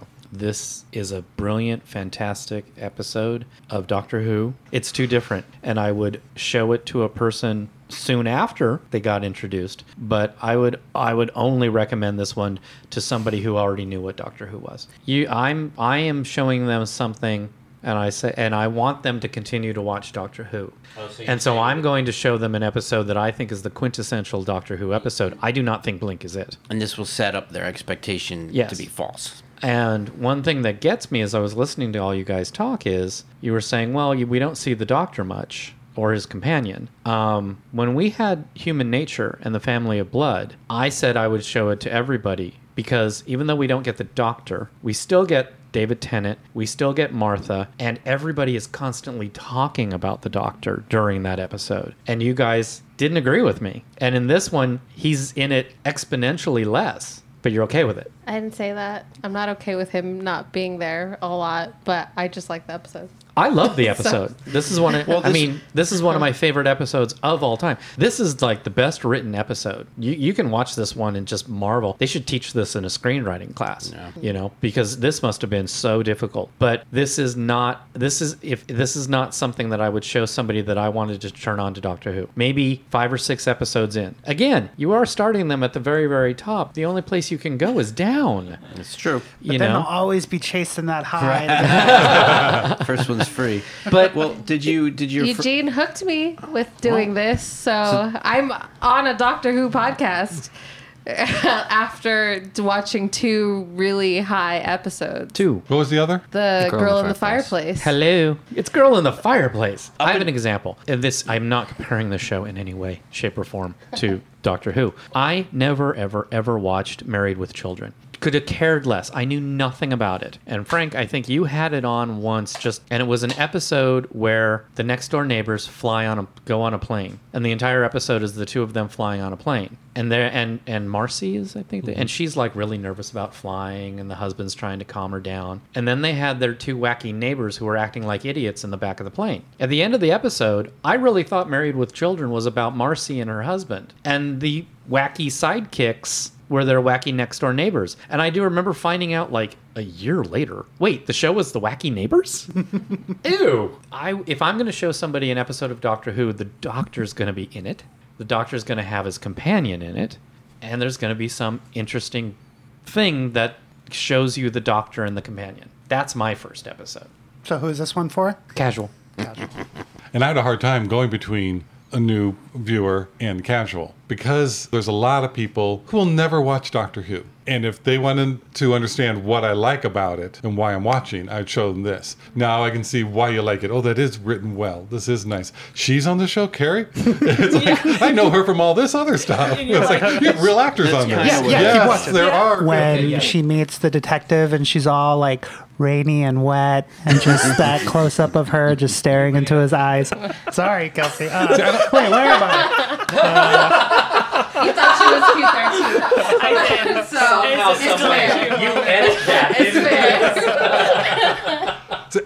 Speaker 2: This is a brilliant, fantastic episode of Doctor Who. It's too different, and I would show it to a person soon after they got introduced. But I would I would only recommend this one to somebody who already knew what Doctor Who was. You, I'm I am showing them something, and I say, and I want them to continue to watch Doctor Who. and so I'm going to show them an episode that I think is the quintessential Doctor Who episode. I do not think Blink is it.
Speaker 4: And this will set up their expectation
Speaker 2: Yes.
Speaker 4: to be false.
Speaker 2: And one thing that gets me as I was listening to all you guys talk is you were saying, well, you, we don't see the doctor much or his companion. Um, when we had Human Nature and the Family of Blood, I said I would show it to everybody because even though we don't get the doctor, we still get David Tennant, we still get Martha, and everybody is constantly talking about the doctor during that episode. And you guys didn't agree with me. And in this one, he's in it exponentially less, but you're okay with it.
Speaker 7: I didn't say that. I'm not okay with him not being there a lot, but I just like the episode.
Speaker 2: I love the episode. this is one. Of, I mean, this is one of my favorite episodes of all time. This is like the best written episode. You you can watch this one and just marvel. They should teach this in a screenwriting class. You know, because this must have been so difficult. But this is not. This is if this is not something that I would show somebody that I wanted to turn on to Doctor Who. Maybe five or six episodes in. Again, you are starting them at the very very top. The only place you can go is down.
Speaker 4: It's true.
Speaker 2: You
Speaker 5: then
Speaker 2: know.
Speaker 5: they'll always be chasing that high.
Speaker 4: First one's free.
Speaker 2: But-
Speaker 4: well, did you did your fir-
Speaker 7: Eugene hooked me with doing this, so I'm on a Doctor Who podcast after d- watching two really high episodes.
Speaker 2: Two.
Speaker 3: What was the other?
Speaker 7: The
Speaker 1: Girl
Speaker 7: Girl,
Speaker 1: in the
Speaker 7: in the
Speaker 1: Fireplace.
Speaker 7: Fireplace.
Speaker 2: Hello. It's Girl in the Fireplace. I have an example. And this, I'm not comparing the show in any way, shape, or form to Doctor Who. I never, ever, ever watched Married with Children. Could have cared less. I knew nothing about it. And Frank, I think you had it on once, just and it was an episode where the next door neighbors fly on a go on a plane, and the entire episode is the two of them flying on a plane. And there and and Marcy is I think, the- and she's like really nervous about flying, and the husband's trying to calm her down. And then they had their two wacky neighbors who were acting like idiots in the back of the plane. At the end of the episode, I really thought Married with Children was about Marcy and her husband, and the wacky sidekicks were their wacky next door neighbors. And I do remember finding out like a year later. Wait, the show was the Wacky Neighbors? Ew. I if I'm going to show somebody an episode of Doctor Who, the doctor's going to be in it. The doctor's going to have his companion in it, and there's going to be some interesting thing that shows you the doctor and the companion. That's my first episode.
Speaker 5: so who is this one for?
Speaker 2: Casual.
Speaker 3: And I had a hard time going between a new viewer and casual because there's a lot of people who will never watch Doctor Who. And if they wanted to understand what I like about it and why I'm watching, I'd show them this. Now I can see why you like it. Oh, that is written well. This is nice. She's on the show, Carrie? It's like, I know her from all this other stuff. It's like, you have real actors on this.
Speaker 4: kinda Yeah, what yeah, it
Speaker 5: keep is.
Speaker 3: yes,
Speaker 5: watching.
Speaker 3: there are.
Speaker 5: When she meets the detective and she's all like rainy and wet and just that close up of her just staring into his eyes. Sorry, Kelsey. Uh, wait, where am I?
Speaker 7: You thought she was cute there too. so
Speaker 6: It's, it's,
Speaker 7: fair.
Speaker 6: okay.
Speaker 7: It's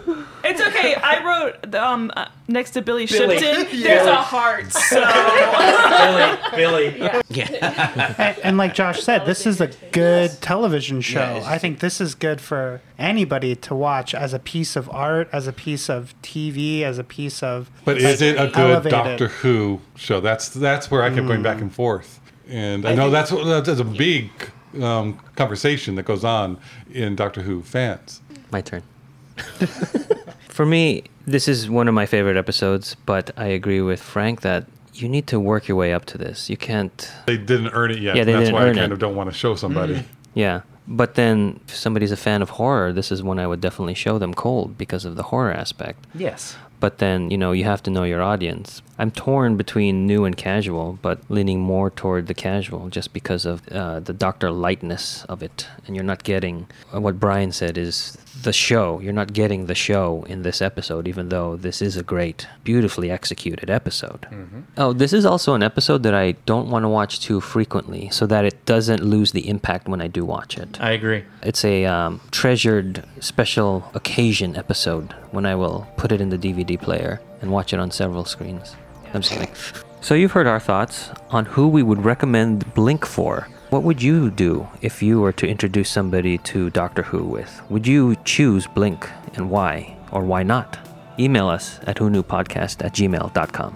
Speaker 7: fair.
Speaker 6: It's okay. I wrote um, uh, next to Billy, Shipton. There's a heart. So
Speaker 5: And, and like Josh said, this is a good television show. I think this is good for anybody to watch as a piece of art, as a piece of TV, as a piece of.
Speaker 3: But is it a good
Speaker 5: elevated.
Speaker 3: Doctor Who show? That's that's where I kept going back and forth, and Mm. I, know that's what- that's a big um, conversation that goes on in Doctor Who fans.
Speaker 1: My turn. For me, this is one of my favorite episodes, but I agree with Frank that you need to work your way up to this. You can't
Speaker 3: They didn't earn it yet.
Speaker 1: Yeah, they
Speaker 3: that's
Speaker 1: didn't
Speaker 3: why I
Speaker 1: earn it.
Speaker 3: kind of don't want to show somebody.
Speaker 1: Yeah. But then if somebody's a fan of horror, this is one I would definitely show them cold because of the horror aspect.
Speaker 2: Yes.
Speaker 1: But then, you know, you have to know your audience. I'm torn between new and casual, but leaning more toward the casual just because of uh, the Dr. Lightness of it. And you're not getting uh, what Brian said is the show. You're not getting the show in this episode, even though this is a great, beautifully executed episode. Oh, this is also an episode that I don't want to watch too frequently so that it doesn't lose the impact when I do watch it.
Speaker 2: I agree.
Speaker 1: It's a um, treasured special occasion episode when I will put it in the DVD player and watch it on several screens. I'm just like, so you've heard our thoughts on who we would recommend Blink for. What would you do if you were to introduce somebody to Doctor Who with? Would you choose Blink and why, or why not? Email us at whonewpodcast at gmail.com.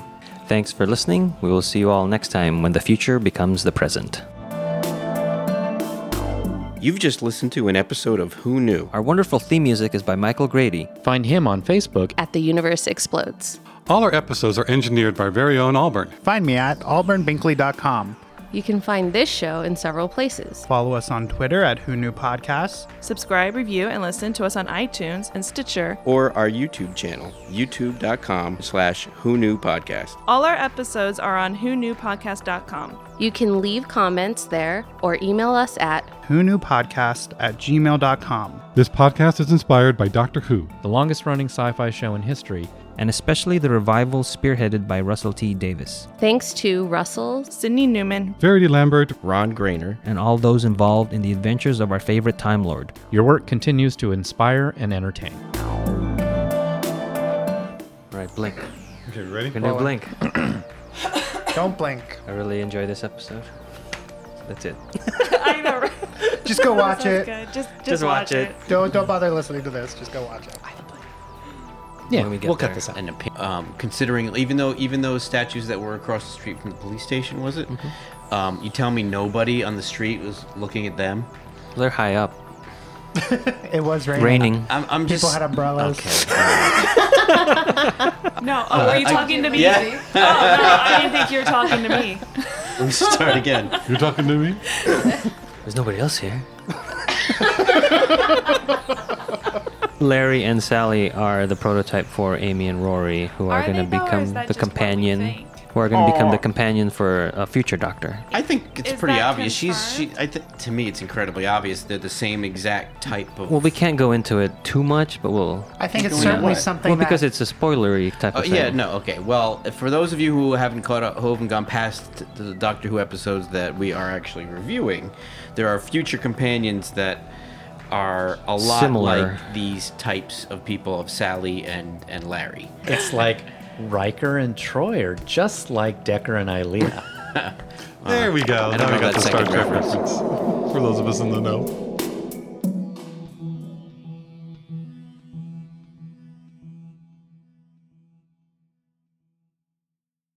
Speaker 1: Thanks for listening. We will see you all next time when the future becomes the present.
Speaker 4: You've just listened to an episode of Who Knew?
Speaker 1: Our wonderful theme music is by Michael Grady.
Speaker 2: Find him on Facebook.
Speaker 7: At the universe explodes.
Speaker 3: All our episodes are engineered by our very own Auburn.
Speaker 5: Find me at auburnbinkley.com.
Speaker 7: You can find this show in several places.
Speaker 5: Follow us on Twitter at Who Knew Podcasts.
Speaker 6: Subscribe, review, and listen to us on iTunes and Stitcher.
Speaker 4: Or our YouTube channel, youtube.com slash Who Knew Podcast.
Speaker 6: All our episodes are on who knew podcast.com.
Speaker 7: You can leave comments there or email us at
Speaker 5: Who Knew Podcast at gmail.com.
Speaker 3: This podcast is inspired by Doctor Who.
Speaker 2: The longest running sci fi show in history.
Speaker 1: and especially the revival spearheaded by Russell T. Davis
Speaker 7: thanks to Russell
Speaker 6: Sydney Newman.
Speaker 3: Verity Lambert,
Speaker 4: Ron Grainer.
Speaker 1: and all those involved in the adventures of our favorite Time Lord.
Speaker 2: Your work continues to inspire and entertain.
Speaker 1: Right, blink.
Speaker 3: Okay, ready?
Speaker 1: Can do blink.
Speaker 5: Don't blink.
Speaker 1: I really enjoy this episode. That's it.
Speaker 6: I know. right?
Speaker 5: Just go watch
Speaker 6: Sounds
Speaker 5: it.
Speaker 6: good. Just, just,
Speaker 1: Just watch
Speaker 6: watch
Speaker 1: it.
Speaker 6: it.
Speaker 5: Don't, don't bother listening to this. Just go watch it.
Speaker 2: Yeah,
Speaker 1: When we get
Speaker 2: will
Speaker 1: there.
Speaker 2: cut this out.
Speaker 4: And a pa- um, considering, even though even those statues that were across the street from the police station, was it?
Speaker 6: Mm-hmm.
Speaker 4: Um, you tell me nobody on the street was looking at them?
Speaker 1: They're high up.
Speaker 5: It was raining.
Speaker 1: Raining.
Speaker 4: I'm, I'm just.
Speaker 5: People had umbrellas.
Speaker 6: No, oh, were you
Speaker 4: I-
Speaker 6: talking to me?
Speaker 4: yeah.
Speaker 6: Oh, no, I didn't think you were talking to me.
Speaker 4: Let me start again.
Speaker 3: You're talking to me?
Speaker 1: Uh, There's nobody else here. Larry and Sally are the prototype for Amy and Rory, who are,
Speaker 6: Are
Speaker 1: going to
Speaker 6: they, though, or
Speaker 1: become
Speaker 6: is that
Speaker 1: the
Speaker 6: just what we
Speaker 1: companion.
Speaker 6: think?
Speaker 1: Who are going to become the companion for a future Doctor?
Speaker 4: I think it's
Speaker 6: Is
Speaker 4: pretty
Speaker 6: that
Speaker 4: obvious. She's
Speaker 6: confirmed?
Speaker 4: she. I think to me, it's incredibly obvious. They're the same exact type of.
Speaker 1: Well, we can't go into it too much, but we'll.
Speaker 5: I think it's
Speaker 4: Doing
Speaker 5: certainly
Speaker 4: what?
Speaker 5: something
Speaker 1: Well, because
Speaker 5: that-
Speaker 1: it's a spoilery type
Speaker 4: Oh,
Speaker 1: of thing.
Speaker 4: yeah, no, okay. Well, for those of you who haven't caught up, who haven't gone past the Doctor Who episodes that we are actually reviewing, there are future companions that are a lot
Speaker 1: Similar.
Speaker 4: like these types of people of Sally and, and Larry.
Speaker 2: It's like Riker and Troy are just like Decker and Ilea.
Speaker 3: There we go.
Speaker 4: I don't
Speaker 3: Now we got
Speaker 4: know that
Speaker 3: the Star
Speaker 4: second
Speaker 3: Trek
Speaker 4: reference.
Speaker 3: reference. For those of us in the know.